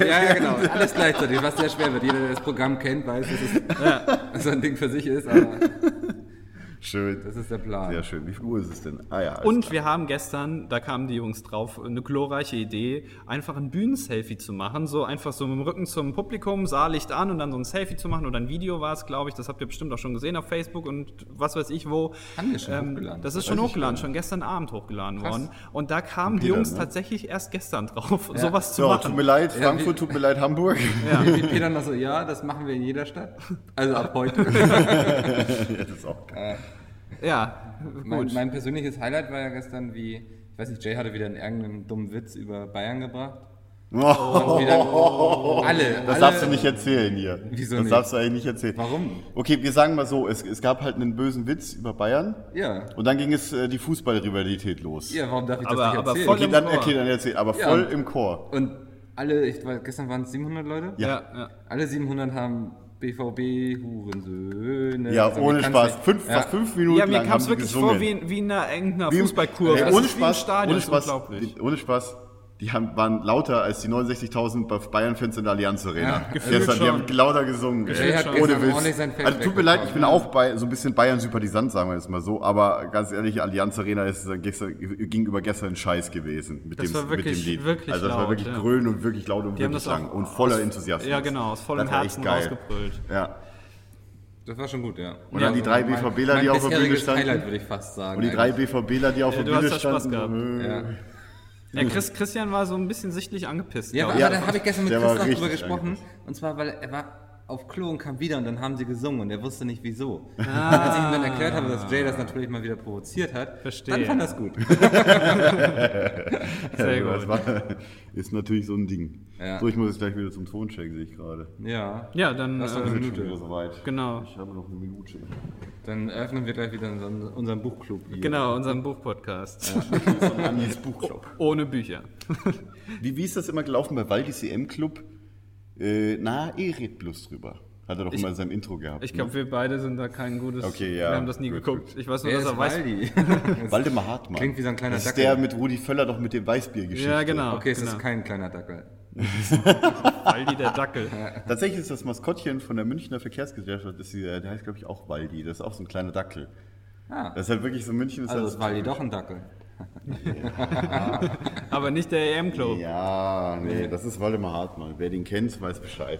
[SPEAKER 4] Ja, ja, genau. Alles gleichzeitig, was sehr schwer wird. Jeder, der das Programm kennt, weiß, dass es so ein Ding für sich ist, aber
[SPEAKER 5] Schön.
[SPEAKER 4] das ist der Plan.
[SPEAKER 5] Sehr schön. Wie viel Uhr ist es denn? Ah ja. alles
[SPEAKER 6] Und wir haben gestern, da kamen die Jungs drauf, eine glorreiche Idee, einfach ein Bühnenselfie zu machen. So einfach so mit dem Rücken zum Publikum, Saallicht an und dann so ein Selfie zu machen oder ein Video war es, glaube ich. Das habt ihr bestimmt auch schon gesehen auf Facebook und was weiß ich wo.
[SPEAKER 4] Haben wir schon hochgeladen?
[SPEAKER 6] Ähm, Das ist schon hochgeladen, schon gestern Abend hochgeladen
[SPEAKER 4] Krass.
[SPEAKER 6] worden. Und da kamen die
[SPEAKER 5] Peter,
[SPEAKER 6] Jungs
[SPEAKER 5] ne?
[SPEAKER 6] tatsächlich erst gestern drauf, sowas zu
[SPEAKER 5] Ja, tut mir
[SPEAKER 6] machen.
[SPEAKER 5] leid, Frankfurt, tut mir leid, Hamburg.
[SPEAKER 4] Wie Peter noch so, ja, das machen wir in jeder Stadt. Also ab heute.
[SPEAKER 5] Das ist auch geil.
[SPEAKER 6] Ja,
[SPEAKER 4] mein,
[SPEAKER 6] gut.
[SPEAKER 4] mein persönliches Highlight war ja gestern, wie, ich weiß nicht, Jay hatte wieder einen irgendeinen dummen Witz über Bayern gebracht.
[SPEAKER 5] Oh,
[SPEAKER 4] Wieder, alle,
[SPEAKER 5] das
[SPEAKER 4] alle,
[SPEAKER 5] darfst du nicht erzählen hier.
[SPEAKER 4] Wieso
[SPEAKER 5] das
[SPEAKER 4] nicht?
[SPEAKER 5] darfst du eigentlich nicht erzählen.
[SPEAKER 4] Warum?
[SPEAKER 5] Okay, wir sagen mal so, es, es gab halt einen bösen Witz über Bayern
[SPEAKER 4] Ja.
[SPEAKER 5] und dann ging es äh, die Fußballrivalität los.
[SPEAKER 4] Ja, warum darf ich
[SPEAKER 6] Aber-
[SPEAKER 4] das nicht
[SPEAKER 6] aber
[SPEAKER 4] erzählen?
[SPEAKER 6] voll
[SPEAKER 5] Okay,
[SPEAKER 6] im
[SPEAKER 5] dann,
[SPEAKER 6] Chor.
[SPEAKER 5] okay, dann erzähl, aber
[SPEAKER 4] Ja.
[SPEAKER 5] voll im Chor.
[SPEAKER 4] Und alle, ich weiß, gestern waren es 700 Leute?
[SPEAKER 6] ja, ja.
[SPEAKER 4] Alle 700 haben BVB, Hurensöhne.
[SPEAKER 5] Ja,
[SPEAKER 4] Also,
[SPEAKER 5] ohne
[SPEAKER 4] ich kann's
[SPEAKER 5] Spaß.
[SPEAKER 4] nicht.
[SPEAKER 5] Fünf,
[SPEAKER 4] Ja.
[SPEAKER 5] Fast fünf Minuten
[SPEAKER 6] ja, mir
[SPEAKER 5] lang
[SPEAKER 6] kam
[SPEAKER 5] haben
[SPEAKER 6] es
[SPEAKER 5] die
[SPEAKER 6] wirklich
[SPEAKER 5] gesungen.
[SPEAKER 6] vor wie in, wie in einer irgendeiner
[SPEAKER 5] Wie im-
[SPEAKER 6] Fußballkurve.
[SPEAKER 5] Ey,
[SPEAKER 6] Das
[SPEAKER 5] ohne
[SPEAKER 6] ist wie im
[SPEAKER 5] Spaß,
[SPEAKER 6] Stadion,
[SPEAKER 5] ohne
[SPEAKER 6] das ist
[SPEAKER 5] Spaß,
[SPEAKER 6] unglaublich.
[SPEAKER 5] die- ohne Spaß. Die haben, waren lauter als die 69.000 bei Bayern-Fans in der Allianz Arena.
[SPEAKER 6] gefühlt
[SPEAKER 5] Gestern, die
[SPEAKER 6] schon.
[SPEAKER 5] haben lauter gesungen.
[SPEAKER 4] Jay hat gestern
[SPEAKER 5] ohne
[SPEAKER 4] ordentlich
[SPEAKER 5] Witz.
[SPEAKER 4] sein Fett
[SPEAKER 5] Also tut mir leid, ich bin
[SPEAKER 4] wegbekommen.
[SPEAKER 6] ne?
[SPEAKER 5] auch bei, so ein bisschen Bayern-Sympathisant, sagen wir jetzt mal so. Aber ganz ehrlich, Allianz Arena ist äh, gestern, gegenüber gestern ein Scheiß gewesen mit,
[SPEAKER 6] Das
[SPEAKER 5] dem,
[SPEAKER 6] war wirklich-
[SPEAKER 5] mit dem Lied.
[SPEAKER 6] wirklich
[SPEAKER 5] also das
[SPEAKER 6] laut,
[SPEAKER 5] war wirklich
[SPEAKER 6] ja.
[SPEAKER 5] grün und wirklich laut und
[SPEAKER 6] haben
[SPEAKER 5] wirklich
[SPEAKER 6] das auch
[SPEAKER 5] lang. Und voller
[SPEAKER 6] aus-
[SPEAKER 5] Enthusiasmus.
[SPEAKER 6] ja, genau, aus vollem
[SPEAKER 5] Das war echt
[SPEAKER 6] Herzen
[SPEAKER 5] geil.
[SPEAKER 6] rausgebrüllt.
[SPEAKER 5] Ja.
[SPEAKER 4] Das war schon gut, ja.
[SPEAKER 5] Und dann die drei BVBler, die auf der Bühne standen.
[SPEAKER 4] Highlight, würde ich fast sagen.
[SPEAKER 5] Und die drei BVBler, die auf
[SPEAKER 6] Ja,
[SPEAKER 5] der
[SPEAKER 6] du hast
[SPEAKER 5] Bühne
[SPEAKER 6] da Spaß
[SPEAKER 5] standen. äh,
[SPEAKER 4] Ja.
[SPEAKER 6] Ja, Chris, Christian war so ein bisschen sichtlich angepisst.
[SPEAKER 4] Ja,
[SPEAKER 6] glaub
[SPEAKER 4] aber,
[SPEAKER 5] Ja,
[SPEAKER 4] aber da habe ich gestern mit
[SPEAKER 5] der war
[SPEAKER 4] Christoph drüber
[SPEAKER 5] richtig
[SPEAKER 4] gesprochen.
[SPEAKER 5] angepisst.
[SPEAKER 4] Und zwar, weil er war auf Klo und kam wieder und dann haben sie gesungen und er wusste nicht wieso.
[SPEAKER 5] Ah.
[SPEAKER 4] Als ich ihm dann erklärt habe, dass Jay das natürlich mal wieder provoziert hat,
[SPEAKER 6] Verstehe.
[SPEAKER 4] dann fand er es gut.
[SPEAKER 6] Sehr
[SPEAKER 5] Also Das
[SPEAKER 6] gut.
[SPEAKER 5] war, ist natürlich so ein Ding.
[SPEAKER 4] Ja.
[SPEAKER 5] So, ich muss jetzt gleich wieder zum Toncheck, sehe ich gerade.
[SPEAKER 4] Ja.
[SPEAKER 6] Ja, dann
[SPEAKER 4] Lass doch
[SPEAKER 6] äh,
[SPEAKER 4] eine
[SPEAKER 5] Schon wieder
[SPEAKER 4] Minute.
[SPEAKER 5] soweit.
[SPEAKER 6] genau.
[SPEAKER 5] Ich habe noch eine Minute.
[SPEAKER 4] Dann öffnen wir gleich wieder unseren, unseren Buchclub. hier.
[SPEAKER 6] Genau, unseren Buchpodcast.
[SPEAKER 5] Von Andys Buchclub.
[SPEAKER 6] Ohne Bücher.
[SPEAKER 5] Wie, wie ist das immer gelaufen bei Waldis EM Club? Äh, na, eh red bloß drüber. Hat er doch immer in seinem Intro gehabt. ne?
[SPEAKER 6] Ich glaube, wir beide sind da kein gutes.
[SPEAKER 5] Mhm. Okay, ja.
[SPEAKER 6] Wir haben das nie
[SPEAKER 5] Gut,
[SPEAKER 6] geguckt. Ich weiß nur,
[SPEAKER 4] Wer
[SPEAKER 6] dass
[SPEAKER 4] ist
[SPEAKER 6] er weiß.
[SPEAKER 4] Waldi?
[SPEAKER 5] ne? Waldemar Hartmann.
[SPEAKER 4] Klingt wie so ein kleiner
[SPEAKER 5] Das ist
[SPEAKER 4] Dackel.
[SPEAKER 5] der mit Rudi Völler doch mit dem Weißbiergeschichte.
[SPEAKER 6] Ja, genau.
[SPEAKER 4] Okay, es
[SPEAKER 6] genau.
[SPEAKER 4] ist kein kleiner Dackel.
[SPEAKER 6] Waldi der Dackel.
[SPEAKER 5] Tatsächlich ist das Maskottchen von der Münchner Verkehrsgesellschaft, ist dieser, der heißt, glaube ich, auch Waldi. Das ist auch so ein kleiner Dackel.
[SPEAKER 4] Ah.
[SPEAKER 5] Das ist halt wirklich so München. Ist
[SPEAKER 4] Also
[SPEAKER 5] halt
[SPEAKER 4] ist Waldi doch ein Dackel.
[SPEAKER 6] Aber nicht der E EM-Club. Ja.
[SPEAKER 5] Ja, nee, das ist Waldemar Hartmann. Wer den kennt, weiß Bescheid.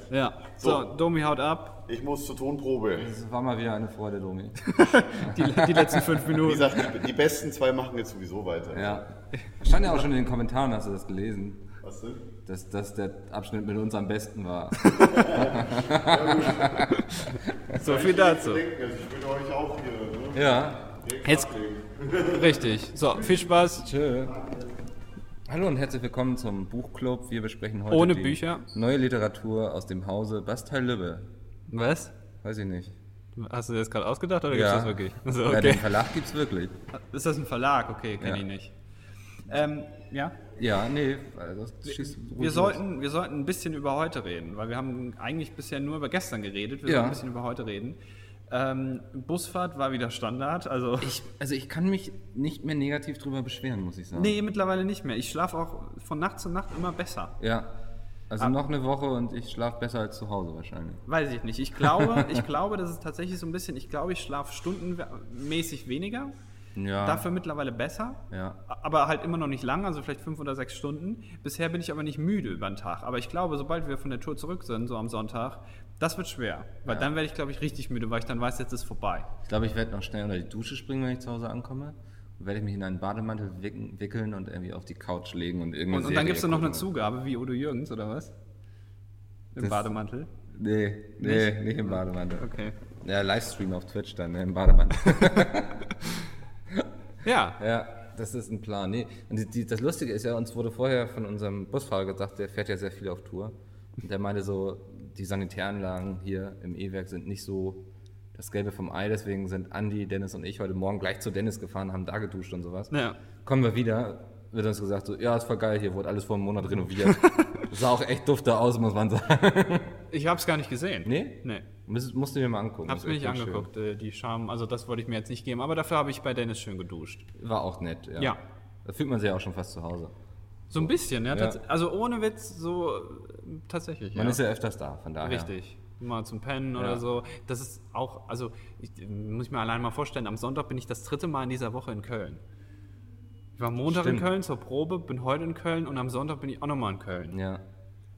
[SPEAKER 6] So,
[SPEAKER 5] So.
[SPEAKER 6] Domi haut ab.
[SPEAKER 5] Ich muss zur Tonprobe.
[SPEAKER 4] Es war mal wieder eine Freude, Domi.
[SPEAKER 6] Die, die letzten fünf
[SPEAKER 5] Wie
[SPEAKER 6] Minuten.
[SPEAKER 5] gesagt, die, die besten zwei machen jetzt sowieso weiter.
[SPEAKER 4] Ja. Stand ja auch schon in den Kommentaren, hast du das gelesen,
[SPEAKER 5] Weißt du?
[SPEAKER 4] dass, dass der Abschnitt mit uns am besten war.
[SPEAKER 6] So viel dazu.
[SPEAKER 5] denken, also ich bin euch auch hier. Ne?
[SPEAKER 4] Ja.
[SPEAKER 6] Jetzt. Richtig. So, viel Spaß.
[SPEAKER 4] Tschö. Hallo und herzlich willkommen zum Buchclub. Wir besprechen heute
[SPEAKER 6] Ohne
[SPEAKER 4] die
[SPEAKER 6] Bücher.
[SPEAKER 4] neue Literatur aus dem Hause Bastei Lübbe.
[SPEAKER 6] Was?
[SPEAKER 4] Weiß ich nicht.
[SPEAKER 6] Hast du dir das gerade ausgedacht oder gibt's das wirklich? So,
[SPEAKER 4] ja, den
[SPEAKER 6] okay.
[SPEAKER 4] Verlag gibt's wirklich.
[SPEAKER 6] Ist das ein Verlag? Okay, kenne
[SPEAKER 4] Ja.
[SPEAKER 6] ich nicht. Ähm, ja.
[SPEAKER 4] Ja, nee, also schießt ruhig
[SPEAKER 6] Wir
[SPEAKER 4] los.
[SPEAKER 6] sollten, wir sollten ein bisschen über heute reden, weil wir haben eigentlich bisher nur über gestern geredet. Wir
[SPEAKER 4] Ja.
[SPEAKER 6] sollten ein bisschen über heute reden. Ähm, Busfahrt war wieder Standard. Also
[SPEAKER 4] Ich, also ich kann mich nicht mehr negativ drüber beschweren, muss ich sagen.
[SPEAKER 6] nee, mittlerweile nicht mehr. Ich schlafe auch von Nacht zu Nacht immer besser.
[SPEAKER 4] Ja. Also
[SPEAKER 6] Ah.
[SPEAKER 4] noch eine Woche und ich schlafe besser als zu Hause wahrscheinlich.
[SPEAKER 6] Weiß ich nicht. Ich glaube, ich glaube, das ist tatsächlich so ein bisschen. Ich glaube, ich schlafe stundenmäßig weniger.
[SPEAKER 4] Ja.
[SPEAKER 6] Dafür mittlerweile besser.
[SPEAKER 4] Ja.
[SPEAKER 6] Aber halt immer noch nicht lang, also vielleicht fünf oder sechs Stunden. Bisher bin ich aber nicht müde über den Tag. Aber ich glaube, sobald wir von der Tour zurück sind, so am Sonntag, das wird schwer. Weil
[SPEAKER 4] Ja.
[SPEAKER 6] dann werde ich, glaube ich, richtig müde, weil ich dann weiß, jetzt ist vorbei.
[SPEAKER 4] Ich glaube, ich werde noch schnell unter die Dusche springen, wenn ich zu Hause ankomme. Und werde ich mich in einen Bademantel wicken, wickeln und irgendwie auf die Couch legen und irgendwie.
[SPEAKER 6] Und, und dann gibt es noch eine Zugabe, wie Udo Jürgens, oder was? Im
[SPEAKER 4] Das-
[SPEAKER 6] Bademantel.
[SPEAKER 4] Nee, nee, nicht, im Bademantel.
[SPEAKER 6] Okay.
[SPEAKER 4] Ja, Livestream auf Twitch dann, ne, im Bademantel.
[SPEAKER 6] Ja.
[SPEAKER 4] ja, das ist ein Plan. Nee. Und die, die, das Lustige ist ja, uns wurde vorher von unserem Busfahrer gesagt, der fährt ja sehr viel auf Tour. Und der meinte so, die Sanitäranlagen hier im E-Werk sind nicht so das Gelbe vom Ei. Deswegen sind Andi, Dennis und ich heute Morgen gleich zu Dennis gefahren, haben da geduscht und sowas.
[SPEAKER 6] Ja.
[SPEAKER 4] Kommen wir wieder, wird uns gesagt, so, ja, ist voll geil, hier wurde alles vor einem Monat renoviert. Sah auch echt dufte aus, muss man sagen.
[SPEAKER 6] Ich habe es gar nicht gesehen.
[SPEAKER 4] Nee?
[SPEAKER 6] Nee.
[SPEAKER 4] Muss, musst du dir mal angucken.
[SPEAKER 6] Hab's
[SPEAKER 4] Ist
[SPEAKER 6] mir
[SPEAKER 4] echt
[SPEAKER 6] nicht
[SPEAKER 4] schön.
[SPEAKER 6] angeguckt, äh, die Scham. Also das wollte ich mir jetzt nicht geben, aber dafür habe ich bei Dennis schön geduscht.
[SPEAKER 4] War auch nett, ja.
[SPEAKER 6] Ja.
[SPEAKER 4] Da fühlt man sich ja auch schon fast zu Hause.
[SPEAKER 6] So ein bisschen, ja.
[SPEAKER 4] Ja.
[SPEAKER 6] tats- Also ohne Witz, so äh, tatsächlich.
[SPEAKER 4] Man
[SPEAKER 6] ja.
[SPEAKER 4] ist ja öfters da, von daher.
[SPEAKER 6] Richtig. Mal zum Pennen oder so. Das ist auch, also ich, muss ich mir allein mal vorstellen, am Sonntag bin ich das dritte Mal in dieser Woche in Köln. Ich war Montag in
[SPEAKER 4] Stimmt.
[SPEAKER 6] Köln zur Probe, bin heute in Köln und am Sonntag bin ich auch nochmal in Köln.
[SPEAKER 4] Ja.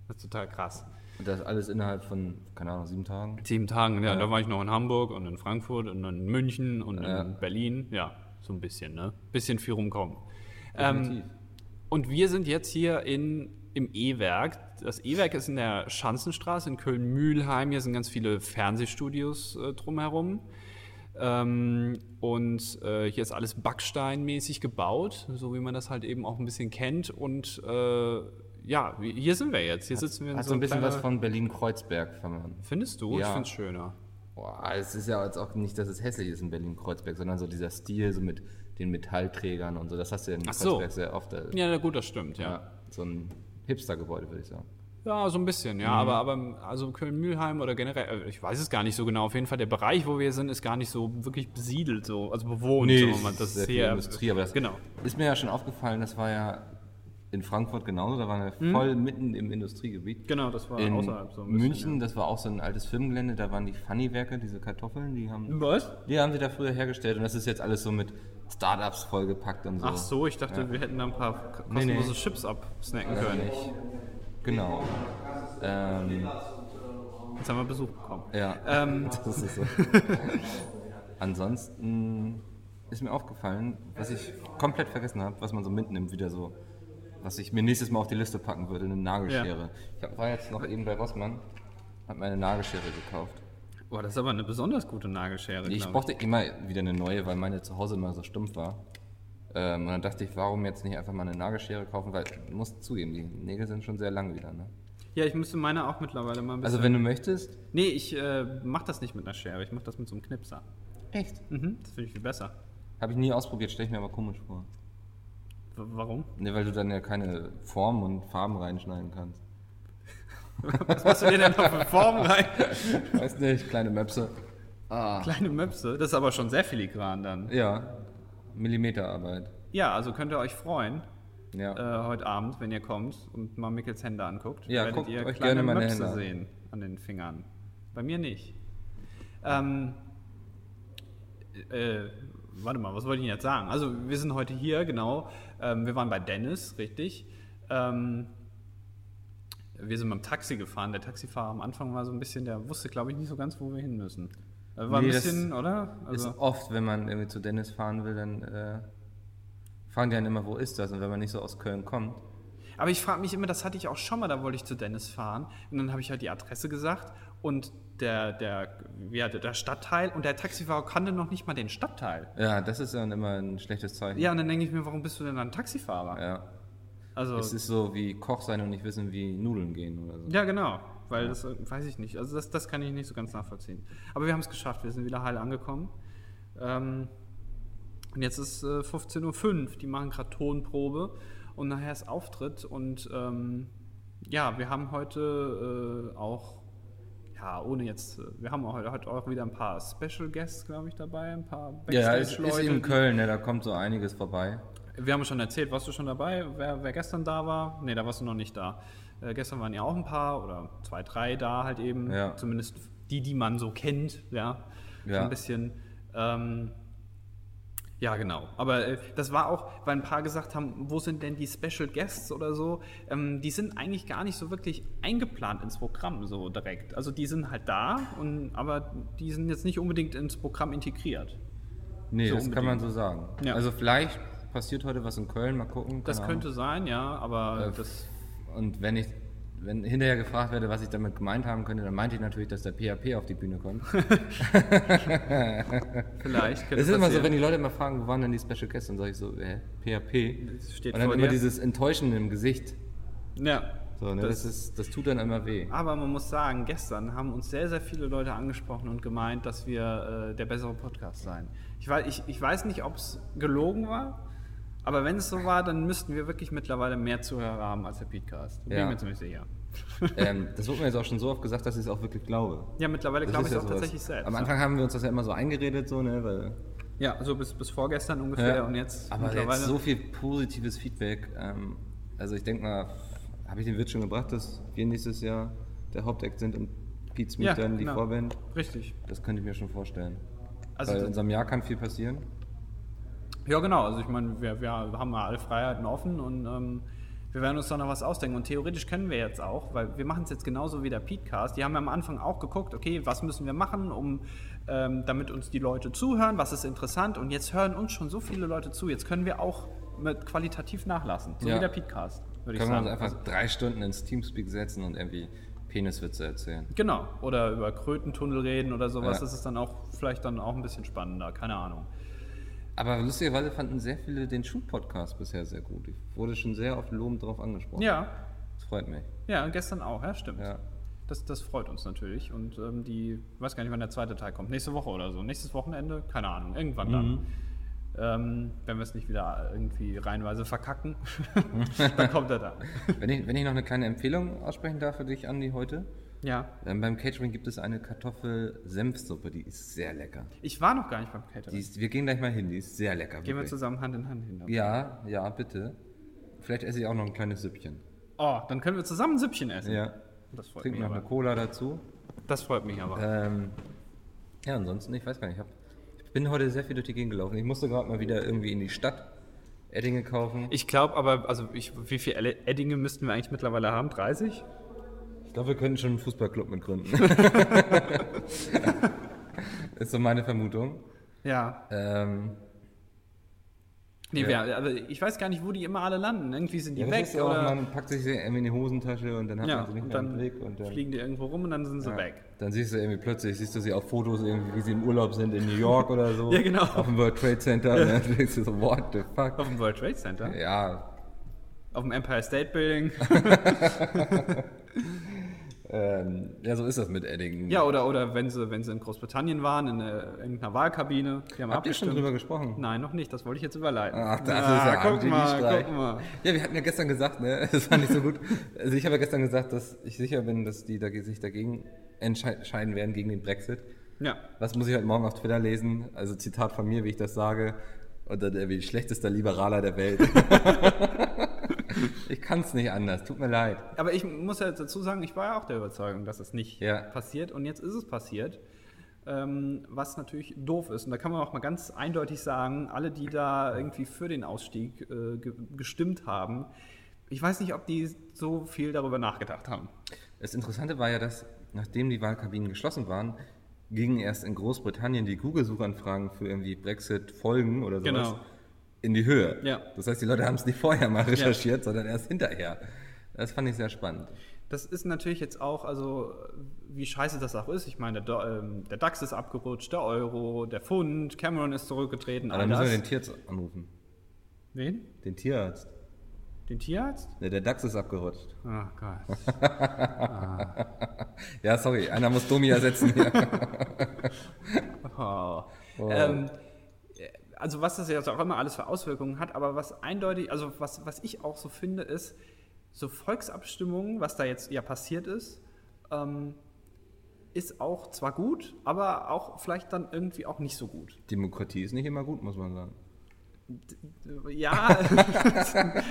[SPEAKER 6] Das ist total krass.
[SPEAKER 4] Und das alles innerhalb von, keine Ahnung, sieben Tagen.
[SPEAKER 6] Sieben Tagen, ja, da war ich noch in Hamburg und in Frankfurt und in München und
[SPEAKER 4] Ja.
[SPEAKER 6] in Berlin. Ja, so ein bisschen, ne? Bisschen viel rumkommen. Ähm, und wir sind jetzt hier in, im E-Werk. Das E-Werk ist in der Schanzenstraße in Köln-Mühlheim. Hier sind ganz viele Fernsehstudios äh, drumherum. Ähm, und äh, hier ist alles backsteinmäßig gebaut, so wie man das halt eben auch ein bisschen kennt. Und äh, ja, wie- hier sind wir jetzt. Hier sitzen wir in
[SPEAKER 4] Hat so ein bisschen
[SPEAKER 6] kleiner-
[SPEAKER 4] was von Berlin-Kreuzberg. verloren.
[SPEAKER 6] Findest du? Ich
[SPEAKER 4] Ja.
[SPEAKER 6] find's schöner.
[SPEAKER 4] Boah, es ist ja jetzt auch nicht, dass es hässlich ist in Berlin-Kreuzberg, sondern so dieser Stil, so mit den Metallträgern und so. Das hast du ja in
[SPEAKER 6] Ach so.
[SPEAKER 4] Kreuzberg sehr oft. äh,
[SPEAKER 6] Ja, na gut, das stimmt, ja.
[SPEAKER 4] ja. So ein Hipster-Gebäude, würde ich sagen.
[SPEAKER 6] Ja, so ein bisschen, ja.
[SPEAKER 4] Mhm.
[SPEAKER 6] Aber, aber also Köln-Mühlheim oder generell, äh, ich weiß es gar nicht so genau. Auf jeden Fall, der Bereich, wo wir sind, ist gar nicht so wirklich besiedelt, so, also bewohnt. sagen wir mal. das ist
[SPEAKER 4] sehr viel
[SPEAKER 6] hier.
[SPEAKER 4] Industrie, aber das
[SPEAKER 6] genau.
[SPEAKER 4] ist mir ja schon aufgefallen, das war ja in Frankfurt genauso, da waren wir voll mitten im Industriegebiet.
[SPEAKER 6] Genau, das Hm? war
[SPEAKER 4] In
[SPEAKER 6] außerhalb so ein bisschen.
[SPEAKER 4] München, das war auch so ein altes Firmengelände, da waren die Funny-Werke, diese Kartoffeln, die haben,
[SPEAKER 6] Ja. Was?
[SPEAKER 4] die haben sie da früher hergestellt und das ist jetzt alles so mit Startups vollgepackt und so.
[SPEAKER 6] Ach so, ich dachte, wir hätten da ein paar k-
[SPEAKER 4] Nee,
[SPEAKER 6] kostenlose
[SPEAKER 4] nee.
[SPEAKER 6] Chips absnacken
[SPEAKER 4] Weiß
[SPEAKER 6] können.
[SPEAKER 4] nicht. Genau. Ähm,
[SPEAKER 6] Jetzt haben wir Besuch bekommen.
[SPEAKER 4] ja,
[SPEAKER 6] Ähm.
[SPEAKER 4] das ist so. Ansonsten ist mir aufgefallen, was ich komplett vergessen habe, was man so mitnimmt, wieder so, was ich mir nächstes Mal auf die Liste packen würde, eine Nagelschere. Ich hab, war jetzt noch eben bei Rossmann Hab mir eine Nagelschere gekauft.
[SPEAKER 6] Boah, das ist aber eine besonders gute Nagelschere.
[SPEAKER 4] Ich
[SPEAKER 6] glaub
[SPEAKER 4] brauchte immer wieder eine neue, weil meine zu Hause immer so stumpf war. Ähm, und dann dachte ich, warum jetzt nicht einfach mal eine Nagelschere kaufen, weil ich muss zugeben, die Nägel sind schon sehr lang wieder. Ne?
[SPEAKER 6] Ja, ich müsste meine auch mittlerweile mal ein bisschen.
[SPEAKER 4] Also wenn du möchtest,
[SPEAKER 6] nee, ich äh, mach das nicht mit einer Schere, ich mach das mit so einem Knipser.
[SPEAKER 4] echt,
[SPEAKER 6] Mhm, das finde ich viel besser.
[SPEAKER 4] habe ich nie ausprobiert, stelle ich mir aber komisch vor.
[SPEAKER 6] W warum?
[SPEAKER 4] Ne, weil du dann ja keine Formen und Farben reinschneiden kannst.
[SPEAKER 6] Was machst du dir denn noch für Formen rein?
[SPEAKER 4] Weiß nicht, kleine Möpse.
[SPEAKER 6] Kleine Möpse. Das ist aber schon sehr filigran dann.
[SPEAKER 4] Ja, Millimeterarbeit.
[SPEAKER 6] Ja, also könnt ihr euch freuen äh,
[SPEAKER 4] Ja.
[SPEAKER 6] heute Abend, wenn ihr kommt und mal Mickels Hände anguckt.
[SPEAKER 4] Ja, guckt euch gerne meine
[SPEAKER 6] Möpse
[SPEAKER 4] Hände an.
[SPEAKER 6] sehen an den Fingern. Bei mir nicht. Ähm, äh, warte mal, was wollte ich denn jetzt sagen? Also, wir sind heute hier, genau. Ähm, wir waren bei Dennis, richtig. Ähm, wir sind mit dem Taxi gefahren. Der Taxifahrer am Anfang war so ein bisschen, der wusste, glaube ich, nicht so ganz, wo wir hin müssen. Äh, War
[SPEAKER 4] Nee,
[SPEAKER 6] ein
[SPEAKER 4] das
[SPEAKER 6] bisschen, oder? Also
[SPEAKER 4] ist oft, wenn man irgendwie zu Dennis fahren will, dann äh, fragen die einen immer, wo ist das? Und wenn man nicht so aus Köln kommt,
[SPEAKER 6] Aber ich frage mich immer, das hatte ich auch schon mal, da wollte ich zu Dennis fahren. Und dann habe ich halt die Adresse gesagt und der, der, ja, der- der Stadtteil und der Taxifahrer kannte noch nicht mal den Stadtteil.
[SPEAKER 4] ja, das ist dann immer ein schlechtes Zeichen.
[SPEAKER 6] Ja, und dann denke ich mir, warum bist du denn ein Taxifahrer?
[SPEAKER 4] ja.
[SPEAKER 6] Also,
[SPEAKER 4] Es ist so wie Koch sein und nicht wissen, wie Nudeln gehen oder so.
[SPEAKER 6] ja, genau. Weil das äh, weiß ich nicht. Also, das, das kann ich nicht so ganz nachvollziehen. Aber wir haben es geschafft. Wir sind wieder heil angekommen. Ähm, und jetzt ist äh, 15.05 Uhr. Die machen gerade Tonprobe. Und nachher ist Auftritt. Und ähm, ja, wir haben heute äh, auch ja, ohne jetzt, äh, wir haben auch heute, heute auch wieder ein paar Special Guests, glaube ich, dabei, ein paar
[SPEAKER 4] Ja, es ist
[SPEAKER 6] Backstage-Leute,
[SPEAKER 4] in
[SPEAKER 6] die-
[SPEAKER 4] Köln, ne, da kommt so einiges vorbei.
[SPEAKER 6] Wir haben schon erzählt, warst du schon dabei? Wer, wer gestern da war? Ne, da warst du noch nicht da. Äh, gestern waren ja auch ein paar oder zwei, drei da halt eben.
[SPEAKER 4] Ja.
[SPEAKER 6] Zumindest die, die man so kennt, ja.
[SPEAKER 4] Ja.
[SPEAKER 6] So ein bisschen. Ähm, ja, genau. Aber äh, das war auch, weil ein paar gesagt haben, wo sind denn die Special Guests oder so? Ähm, die sind eigentlich gar nicht so wirklich eingeplant ins Programm so direkt. Also die sind halt da, und, aber die sind jetzt nicht unbedingt ins Programm integriert.
[SPEAKER 4] Nee,
[SPEAKER 6] So
[SPEAKER 4] das kann man so sagen.
[SPEAKER 6] Ja.
[SPEAKER 4] Also vielleicht passiert heute was in Köln, mal gucken.
[SPEAKER 6] Das
[SPEAKER 4] keine
[SPEAKER 6] könnte sein, ja, aber
[SPEAKER 4] Genau. Äh,
[SPEAKER 6] das
[SPEAKER 4] Ahnung. Und wenn ich wenn hinterher gefragt werde, was ich damit gemeint haben könnte, dann meinte ich natürlich, dass der PHP auf die Bühne kommt.
[SPEAKER 6] vielleicht. könnte
[SPEAKER 4] Das ist immer so,
[SPEAKER 6] passieren.
[SPEAKER 4] wenn die Leute immer fragen, wo waren denn die Special Guests, dann sage ich so, äh, hä, PHP.
[SPEAKER 6] Das steht
[SPEAKER 4] Und dann
[SPEAKER 6] vor
[SPEAKER 4] immer
[SPEAKER 6] dir.
[SPEAKER 4] dieses Enttäuschen im Gesicht.
[SPEAKER 6] Ja.
[SPEAKER 4] So, ne, das,
[SPEAKER 6] das
[SPEAKER 4] ist, das tut dann immer weh.
[SPEAKER 6] aber man muss sagen, gestern haben uns sehr, sehr viele Leute angesprochen und gemeint, dass wir äh, der bessere Podcast seien. Ich weiß, ich, ich weiß nicht, ob es gelogen war, aber wenn es so war, dann müssten wir wirklich mittlerweile mehr Zuhörer haben als der Podcast. Bin
[SPEAKER 4] Ja.
[SPEAKER 6] ich mir ziemlich sicher.
[SPEAKER 4] ähm, das wurde mir jetzt auch schon so oft gesagt, dass ich es auch wirklich glaube.
[SPEAKER 6] Ja, mittlerweile
[SPEAKER 4] Das
[SPEAKER 6] glaube
[SPEAKER 4] ist
[SPEAKER 6] ich
[SPEAKER 4] ja
[SPEAKER 6] es auch
[SPEAKER 4] sowas.
[SPEAKER 6] tatsächlich selbst.
[SPEAKER 4] Am Anfang haben wir uns das ja immer so eingeredet, so, ne, weil
[SPEAKER 6] Ja, so bis, bis vorgestern ungefähr und jetzt
[SPEAKER 4] aber jetzt so viel positives Feedback. Ähm, also ich denke mal, habe ich den Wirt schon gebracht, dass wir nächstes Jahr der Hauptakt sind und Pete Smith
[SPEAKER 6] Ja,
[SPEAKER 4] dann die
[SPEAKER 6] genau.
[SPEAKER 4] Vorband.
[SPEAKER 6] Richtig.
[SPEAKER 4] Das könnte ich mir schon vorstellen.
[SPEAKER 6] Also
[SPEAKER 4] Weil
[SPEAKER 6] das-
[SPEAKER 4] in unserem Jahr kann viel passieren.
[SPEAKER 6] Ja, genau. Also ich meine, wir, wir haben ja alle Freiheiten offen und ähm, wir werden uns da noch was ausdenken. Und theoretisch können wir jetzt auch, weil wir machen es jetzt genauso wie der Podcast. Die haben ja am Anfang auch geguckt, okay, was müssen wir machen, um, ähm, damit uns die Leute zuhören, was ist interessant. Und jetzt hören uns schon so viele Leute zu. Jetzt können wir auch mit qualitativ nachlassen, so
[SPEAKER 4] Ja.
[SPEAKER 6] wie der Podcast, würde ich
[SPEAKER 4] Können wir
[SPEAKER 6] sagen. Also,
[SPEAKER 4] uns einfach drei Stunden ins Teamspeak setzen und irgendwie Peniswitze erzählen.
[SPEAKER 6] Genau. Oder über Krötentunnel reden oder sowas.
[SPEAKER 4] Ja.
[SPEAKER 6] Das ist dann auch vielleicht dann auch ein bisschen spannender. Keine Ahnung.
[SPEAKER 4] Aber lustigerweise fanden sehr viele den Schuh-Podcast bisher sehr gut. Ich wurde schon sehr oft lobend drauf angesprochen.
[SPEAKER 6] Ja,
[SPEAKER 4] Das freut mich.
[SPEAKER 6] Ja, gestern auch, ja, stimmt.
[SPEAKER 4] Ja.
[SPEAKER 6] Das, das freut uns natürlich. Und ähm, die, ich weiß gar nicht, wann der zweite Teil kommt. Nächste Woche oder so. Nächstes Wochenende? Keine Ahnung. Irgendwann dann.
[SPEAKER 4] Mhm.
[SPEAKER 6] Ähm, wenn wir es nicht wieder irgendwie reihenweise verkacken, dann kommt er da.
[SPEAKER 4] Wenn ich, wenn ich noch eine kleine Empfehlung aussprechen darf für dich, Andi, heute.
[SPEAKER 6] Ja.
[SPEAKER 4] Ähm, beim Catering gibt es eine Kartoffel-Senfsuppe, die ist sehr lecker.
[SPEAKER 6] Ich war noch gar nicht beim Catering.
[SPEAKER 4] Die ist, wir gehen gleich mal hin, die ist sehr lecker.
[SPEAKER 6] Gehen wir
[SPEAKER 4] wirklich.
[SPEAKER 6] zusammen Hand in Hand hin.
[SPEAKER 4] Ja, ja, bitte. Vielleicht esse ich auch noch ein kleines Süppchen.
[SPEAKER 6] Oh, dann können wir zusammen ein Süppchen essen.
[SPEAKER 4] Ja.
[SPEAKER 6] Das freut
[SPEAKER 4] Trinken
[SPEAKER 6] mich
[SPEAKER 4] noch
[SPEAKER 6] aber.
[SPEAKER 4] eine Cola dazu.
[SPEAKER 6] Das freut mich aber.
[SPEAKER 4] Ähm, ja, ansonsten, ich weiß gar nicht. Ich, hab, ich bin heute sehr viel durch die Gegend gelaufen. Ich musste gerade mal wieder irgendwie in die Stadt Eddinge kaufen.
[SPEAKER 6] Ich glaube aber, also ich, wie viel Eddinge müssten wir eigentlich mittlerweile haben? 30?
[SPEAKER 4] Ich glaube, wir könnten schon einen Fußballclub mit gründen. ist so meine Vermutung.
[SPEAKER 6] Ja.
[SPEAKER 4] Ähm,
[SPEAKER 6] Nee, wer, aber ich weiß gar nicht, wo die immer alle landen. Irgendwie sind die
[SPEAKER 4] Ja, das
[SPEAKER 6] weg
[SPEAKER 4] ist ja auch,
[SPEAKER 6] oder
[SPEAKER 4] man packt sich sie irgendwie in die Hosentasche und dann hat
[SPEAKER 6] ja,
[SPEAKER 4] man sie nicht
[SPEAKER 6] und
[SPEAKER 4] mehr im
[SPEAKER 6] dann
[SPEAKER 4] Blick. Und dann,
[SPEAKER 6] fliegen die irgendwo rum und dann sind sie
[SPEAKER 4] ja,
[SPEAKER 6] weg.
[SPEAKER 4] dann siehst du irgendwie plötzlich, siehst du sie auf Fotos, irgendwie, wie sie im Urlaub sind in New York oder so.
[SPEAKER 6] Ja, genau.
[SPEAKER 4] Auf dem World Trade Center. Und dann denkst du so, what the fuck?
[SPEAKER 6] Auf dem World Trade Center?
[SPEAKER 4] Ja,
[SPEAKER 6] Auf dem Empire State Building?
[SPEAKER 4] ähm, ja, so ist das mit Eddingen.
[SPEAKER 6] ja, oder, oder wenn, sie, wenn sie in Großbritannien waren, in äh, irgendeiner Wahlkabine. Die haben
[SPEAKER 4] Habt ihr schon
[SPEAKER 6] abgestimmt.
[SPEAKER 4] drüber gesprochen?
[SPEAKER 6] Nein, noch nicht. Das wollte ich jetzt überleiten.
[SPEAKER 4] Ach, das
[SPEAKER 6] Na,
[SPEAKER 4] ist ja
[SPEAKER 6] guck mal,
[SPEAKER 4] Strahl.
[SPEAKER 6] guck mal.
[SPEAKER 4] Ja, wir hatten ja gestern gesagt, ne? Das war nicht so gut. Also ich habe ja gestern gesagt, dass ich sicher bin, dass die da, sich dagegen entscheiden werden, gegen den Brexit.
[SPEAKER 6] Ja.
[SPEAKER 4] Was muss ich heute Morgen auf Twitter lesen? Also Zitat von mir, wie ich das sage. Und dann irgendwie schlechtester Liberaler der Welt. ich kann es nicht anders, tut mir leid.
[SPEAKER 6] Aber ich muss ja dazu sagen, ich war ja auch der Überzeugung, dass es nicht
[SPEAKER 4] Ja.
[SPEAKER 6] passiert. Und jetzt ist es passiert. Ähm, was natürlich doof ist. Und da kann man auch mal ganz eindeutig sagen, alle, die da irgendwie für den Ausstieg äh, ge gestimmt haben, ich weiß nicht, ob die so viel darüber nachgedacht haben.
[SPEAKER 4] Das Interessante war ja, dass nachdem die Wahlkabinen geschlossen waren, gingen erst in Großbritannien die Google-Suchanfragen für irgendwie Brexit-Folgen oder sowas
[SPEAKER 6] Genau.
[SPEAKER 4] in die Höhe.
[SPEAKER 6] Ja.
[SPEAKER 4] Das heißt, die Leute haben es nicht vorher mal recherchiert, sondern erst hinterher. Das fand ich sehr spannend.
[SPEAKER 6] Das ist natürlich jetzt auch, also wie scheiße das auch ist. Ich meine, der, Do- ähm, der DAX ist abgerutscht, der Euro, der Pfund, Cameron ist zurückgetreten.
[SPEAKER 4] Aber
[SPEAKER 6] all
[SPEAKER 4] dann müssen wir
[SPEAKER 6] das.
[SPEAKER 4] den Tierarzt anrufen.
[SPEAKER 6] Wen?
[SPEAKER 4] Den Tierarzt.
[SPEAKER 6] Den Tierarzt?
[SPEAKER 4] Ne, der DAX ist abgerutscht.
[SPEAKER 6] Oh Gott.
[SPEAKER 4] Ja, sorry, einer muss Domi ersetzen. hier.
[SPEAKER 6] Oh. Ähm, also was das jetzt auch immer alles für Auswirkungen hat, aber was eindeutig, also was, was ich auch so finde, ist, so Volksabstimmungen, was da jetzt ja passiert ist, ähm, ist auch zwar gut, aber auch vielleicht dann irgendwie auch nicht so gut.
[SPEAKER 4] Demokratie ist nicht immer gut, muss man sagen.
[SPEAKER 6] Ja,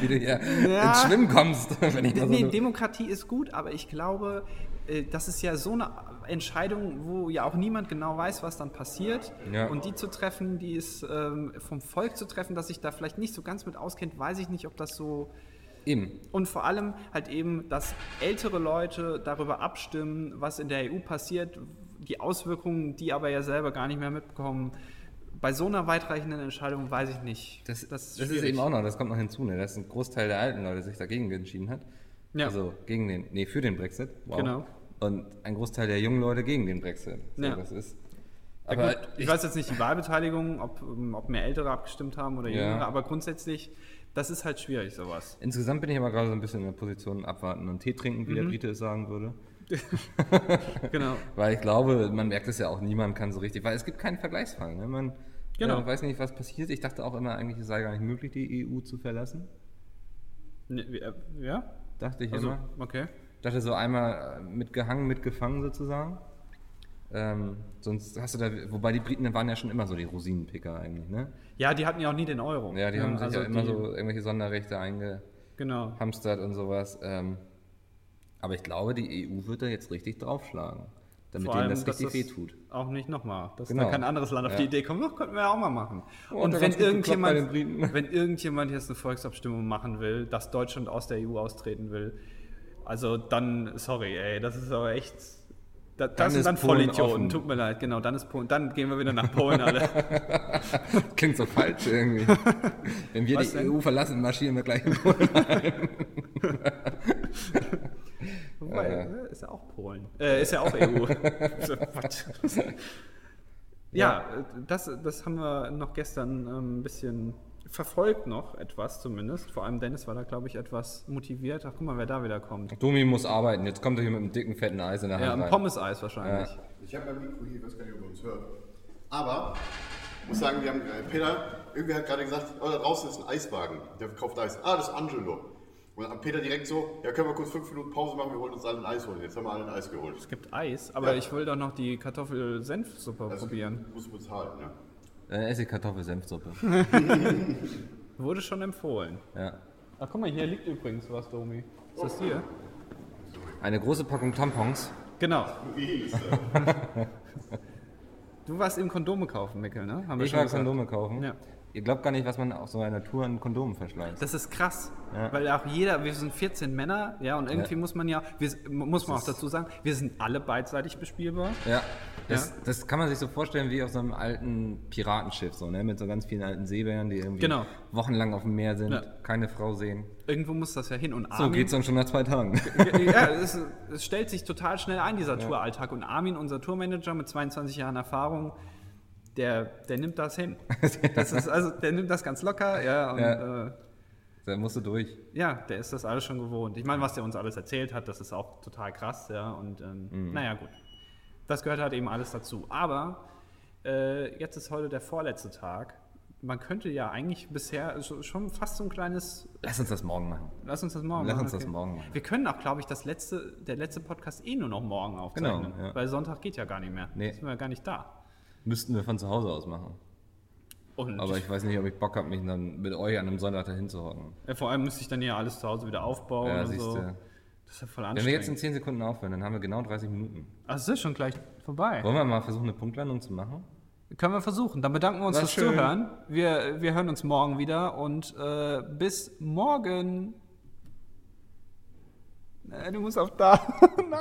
[SPEAKER 4] Wie du hier
[SPEAKER 6] Ja.
[SPEAKER 4] ins Schwimmen kommst. Wenn ich mal so
[SPEAKER 6] nee,
[SPEAKER 4] eine-
[SPEAKER 6] Demokratie ist gut, aber ich glaube, äh, das ist ja so eine Entscheidung, wo ja auch niemand genau weiß, was dann passiert.
[SPEAKER 4] Ja.
[SPEAKER 6] Und die zu treffen, die ist ähm, vom Volk zu treffen, dass sich da vielleicht nicht so ganz mit auskennt, weiß ich nicht, ob das so.
[SPEAKER 4] Eben.
[SPEAKER 6] Und vor allem halt eben, dass ältere Leute darüber abstimmen, was in der EU passiert, die Auswirkungen, die aber ja selber gar nicht mehr mitbekommen. Bei so einer weitreichenden Entscheidung weiß ich nicht.
[SPEAKER 4] Das, das, ist
[SPEAKER 6] schwierig.
[SPEAKER 4] eben auch noch, das kommt noch hinzu, ne? dass ein Großteil der alten Leute sich dagegen entschieden hat.
[SPEAKER 6] Ja.
[SPEAKER 4] Also gegen den, nee, für den Brexit. Wow.
[SPEAKER 6] Genau.
[SPEAKER 4] Und ein Großteil der jungen Leute gegen den Brexit. So,
[SPEAKER 6] Ja.
[SPEAKER 4] Das ist.
[SPEAKER 6] Ja,
[SPEAKER 4] Aber
[SPEAKER 6] gut, ich,
[SPEAKER 4] ich,
[SPEAKER 6] weiß jetzt nicht die Wahlbeteiligung, ob, ähm, ob mehr Ältere abgestimmt haben oder
[SPEAKER 4] Ja.
[SPEAKER 6] Jüngere, aber grundsätzlich, das ist halt schwierig, sowas.
[SPEAKER 4] insgesamt bin ich aber gerade so ein bisschen in der Position abwarten und Tee trinken, wie der
[SPEAKER 6] Mhm.
[SPEAKER 4] Brite es sagen würde.
[SPEAKER 6] Genau.
[SPEAKER 4] Weil ich glaube, man merkt es ja auch, niemand kann so richtig, weil es gibt keinen Vergleichsfall. Ne? Man
[SPEAKER 6] Genau.
[SPEAKER 4] äh, weiß nicht, was passiert. Ich dachte auch immer, eigentlich es sei gar nicht möglich, die EU zu verlassen.
[SPEAKER 6] Ne, wie, äh, ja?
[SPEAKER 4] Dachte ich
[SPEAKER 6] Also,
[SPEAKER 4] immer.
[SPEAKER 6] okay.
[SPEAKER 4] dachte so einmal äh, mitgehangen, mitgefangen sozusagen. Ähm, sonst hast du da, wobei die Briten waren ja schon immer so die Rosinenpicker eigentlich, ne?
[SPEAKER 6] Ja, die hatten ja auch nie den Euro.
[SPEAKER 4] Ja, die haben sich
[SPEAKER 6] also
[SPEAKER 4] ja immer
[SPEAKER 6] die-
[SPEAKER 4] so irgendwelche Sonderrechte eingehamstert
[SPEAKER 6] Genau.
[SPEAKER 4] und sowas. Ähm, aber ich glaube, die EU wird da jetzt richtig draufschlagen, damit
[SPEAKER 6] Vor
[SPEAKER 4] denen
[SPEAKER 6] allem,
[SPEAKER 4] das
[SPEAKER 6] dass
[SPEAKER 4] richtig
[SPEAKER 6] das
[SPEAKER 4] wehtut.
[SPEAKER 6] Auch nicht nochmal. Dass
[SPEAKER 4] Genau.
[SPEAKER 6] da kein anderes Land auf die
[SPEAKER 4] Ja.
[SPEAKER 6] Idee kommt, das könnten wir ja auch mal machen.
[SPEAKER 4] Oh,
[SPEAKER 6] Und
[SPEAKER 4] hat ja
[SPEAKER 6] wenn
[SPEAKER 4] ganz gut geklappt bei
[SPEAKER 6] irgendjemand,
[SPEAKER 4] den Briten.
[SPEAKER 6] wenn irgendjemand jetzt eine Volksabstimmung machen will, dass Deutschland aus der EU austreten will, also dann, sorry, ey, das ist aber echt. Da, das
[SPEAKER 4] ist
[SPEAKER 6] sind dann
[SPEAKER 4] Polen
[SPEAKER 6] Vollidioten,
[SPEAKER 4] offen.
[SPEAKER 6] tut mir leid, genau, dann ist Polen, dann gehen wir wieder nach Polen alle.
[SPEAKER 4] Klingt so falsch irgendwie. Wenn wir
[SPEAKER 6] Was
[SPEAKER 4] die
[SPEAKER 6] denn?
[SPEAKER 4] EU verlassen, marschieren wir gleich in
[SPEAKER 6] Wobei, äh, ist ja auch Polen. Äh, ist ja auch EU. What? ja, äh, das, das haben wir noch gestern ähm, ein bisschen verfolgt noch etwas zumindest. Vor allem Dennis war da, glaube ich, etwas motiviert. Ach, guck mal, wer da wieder kommt.
[SPEAKER 4] Domi muss arbeiten, jetzt kommt er hier mit einem dicken, fetten Eis in der
[SPEAKER 6] Ja,
[SPEAKER 4] Hand
[SPEAKER 6] ein
[SPEAKER 4] rein.
[SPEAKER 6] Pommes-Eis wahrscheinlich.
[SPEAKER 5] Ich habe mein Mikro hier, ich weiß gar nicht, ob man uns hört. Aber ich muss sagen, wir haben äh, Peter, irgendwie hat gerade gesagt, oh, da draußen ist ein Eiswagen, der verkauft Eis. Ah, das ist Angelo. Und dann hat Peter direkt so, ja, können wir kurz fünf Minuten Pause machen, wir wollen uns alle ein Eis holen. Jetzt haben wir alle ein Eis geholt.
[SPEAKER 6] Es gibt Eis, aber
[SPEAKER 5] Ja.
[SPEAKER 6] ich will doch noch die Kartoffel-Senfsuppe probieren.
[SPEAKER 5] Muss man bezahlen, ja.
[SPEAKER 4] Dann esse ich Kartoffelsenfsuppe.
[SPEAKER 6] Wurde schon empfohlen.
[SPEAKER 4] ja.
[SPEAKER 6] Ach, guck mal, hier liegt übrigens was, Domi. Ist
[SPEAKER 4] Oh.
[SPEAKER 6] das hier?
[SPEAKER 4] Eine große Packung Tampons.
[SPEAKER 6] Genau.
[SPEAKER 5] Mies, äh.
[SPEAKER 6] Du warst eben Kondome kaufen, Mickel, ne? Haben wir
[SPEAKER 4] Ich
[SPEAKER 6] schon
[SPEAKER 4] mag
[SPEAKER 6] gesagt.
[SPEAKER 4] Kondome kaufen.
[SPEAKER 6] Ja.
[SPEAKER 4] Ihr glaubt gar nicht, was man auf so einer Tour an Kondomen verschleißt.
[SPEAKER 6] Das ist krass,
[SPEAKER 4] Ja.
[SPEAKER 6] weil auch jeder, wir sind 14 Männer, ja, und irgendwie
[SPEAKER 4] Ja.
[SPEAKER 6] muss man ja, wir, muss man auch dazu sagen, wir sind alle beidseitig bespielbar.
[SPEAKER 4] Ja. Das, das kann man sich so vorstellen wie auf so einem alten Piratenschiff, so, ne? mit so ganz vielen alten Seebären, die irgendwie
[SPEAKER 6] Genau.
[SPEAKER 4] wochenlang auf dem Meer sind,
[SPEAKER 6] Ja.
[SPEAKER 4] keine Frau sehen.
[SPEAKER 6] Irgendwo muss das ja hin und
[SPEAKER 4] So geht's dann schon nach zwei Tagen.
[SPEAKER 6] ja, es, es stellt sich total schnell ein, dieser Touralltag. Und Armin, unser Tourmanager mit 22 Jahren Erfahrung, der, der nimmt das hin. Das ist, also, der nimmt das ganz locker, ja. Und,
[SPEAKER 4] Ja.
[SPEAKER 6] ja. Äh,
[SPEAKER 4] da musst du durch.
[SPEAKER 6] ja, der ist das alles schon gewohnt. Ich meine, was der uns alles erzählt hat, das ist auch total krass, ja. Und ähm,
[SPEAKER 4] Mhm.
[SPEAKER 6] naja, gut. Das gehört halt eben alles dazu. Aber äh, jetzt ist heute der vorletzte Tag. Man könnte ja eigentlich bisher so- schon fast so ein kleines
[SPEAKER 4] Lass uns das morgen machen.
[SPEAKER 6] Lass uns das morgen
[SPEAKER 4] Lass
[SPEAKER 6] machen.
[SPEAKER 4] uns das morgen machen.
[SPEAKER 6] Wir können auch, glaube ich, das letzte, der letzte Podcast eh nur noch morgen aufzeichnen.
[SPEAKER 4] Genau, ja.
[SPEAKER 6] Weil Sonntag geht ja gar nicht mehr.
[SPEAKER 4] Nee.
[SPEAKER 6] Sind wir ja gar nicht da.
[SPEAKER 4] Müssten wir von zu Hause aus machen.
[SPEAKER 6] Und
[SPEAKER 4] Aber ich weiß nicht, ob ich Bock habe, mich dann mit euch an einem Sonntag dahin zu hocken.
[SPEAKER 6] äh, vor allem müsste ich dann ja alles zu Hause wieder aufbauen
[SPEAKER 4] Ja,
[SPEAKER 6] und so.
[SPEAKER 4] siehste.
[SPEAKER 6] Das ist ja voll
[SPEAKER 4] Wenn wir jetzt in
[SPEAKER 6] anstrengend.
[SPEAKER 4] 10 Sekunden aufhören, dann haben wir genau 30 Minuten.
[SPEAKER 6] Ach, es ist schon gleich vorbei.
[SPEAKER 4] Wollen wir mal versuchen, eine Punktlandung zu machen?
[SPEAKER 6] Können wir versuchen. Dann bedanken wir uns
[SPEAKER 4] War
[SPEAKER 6] fürs
[SPEAKER 4] schön.
[SPEAKER 6] Zuhören. Wir, wir hören uns morgen wieder und äh, bis morgen. Äh, du musst auf da. Nein.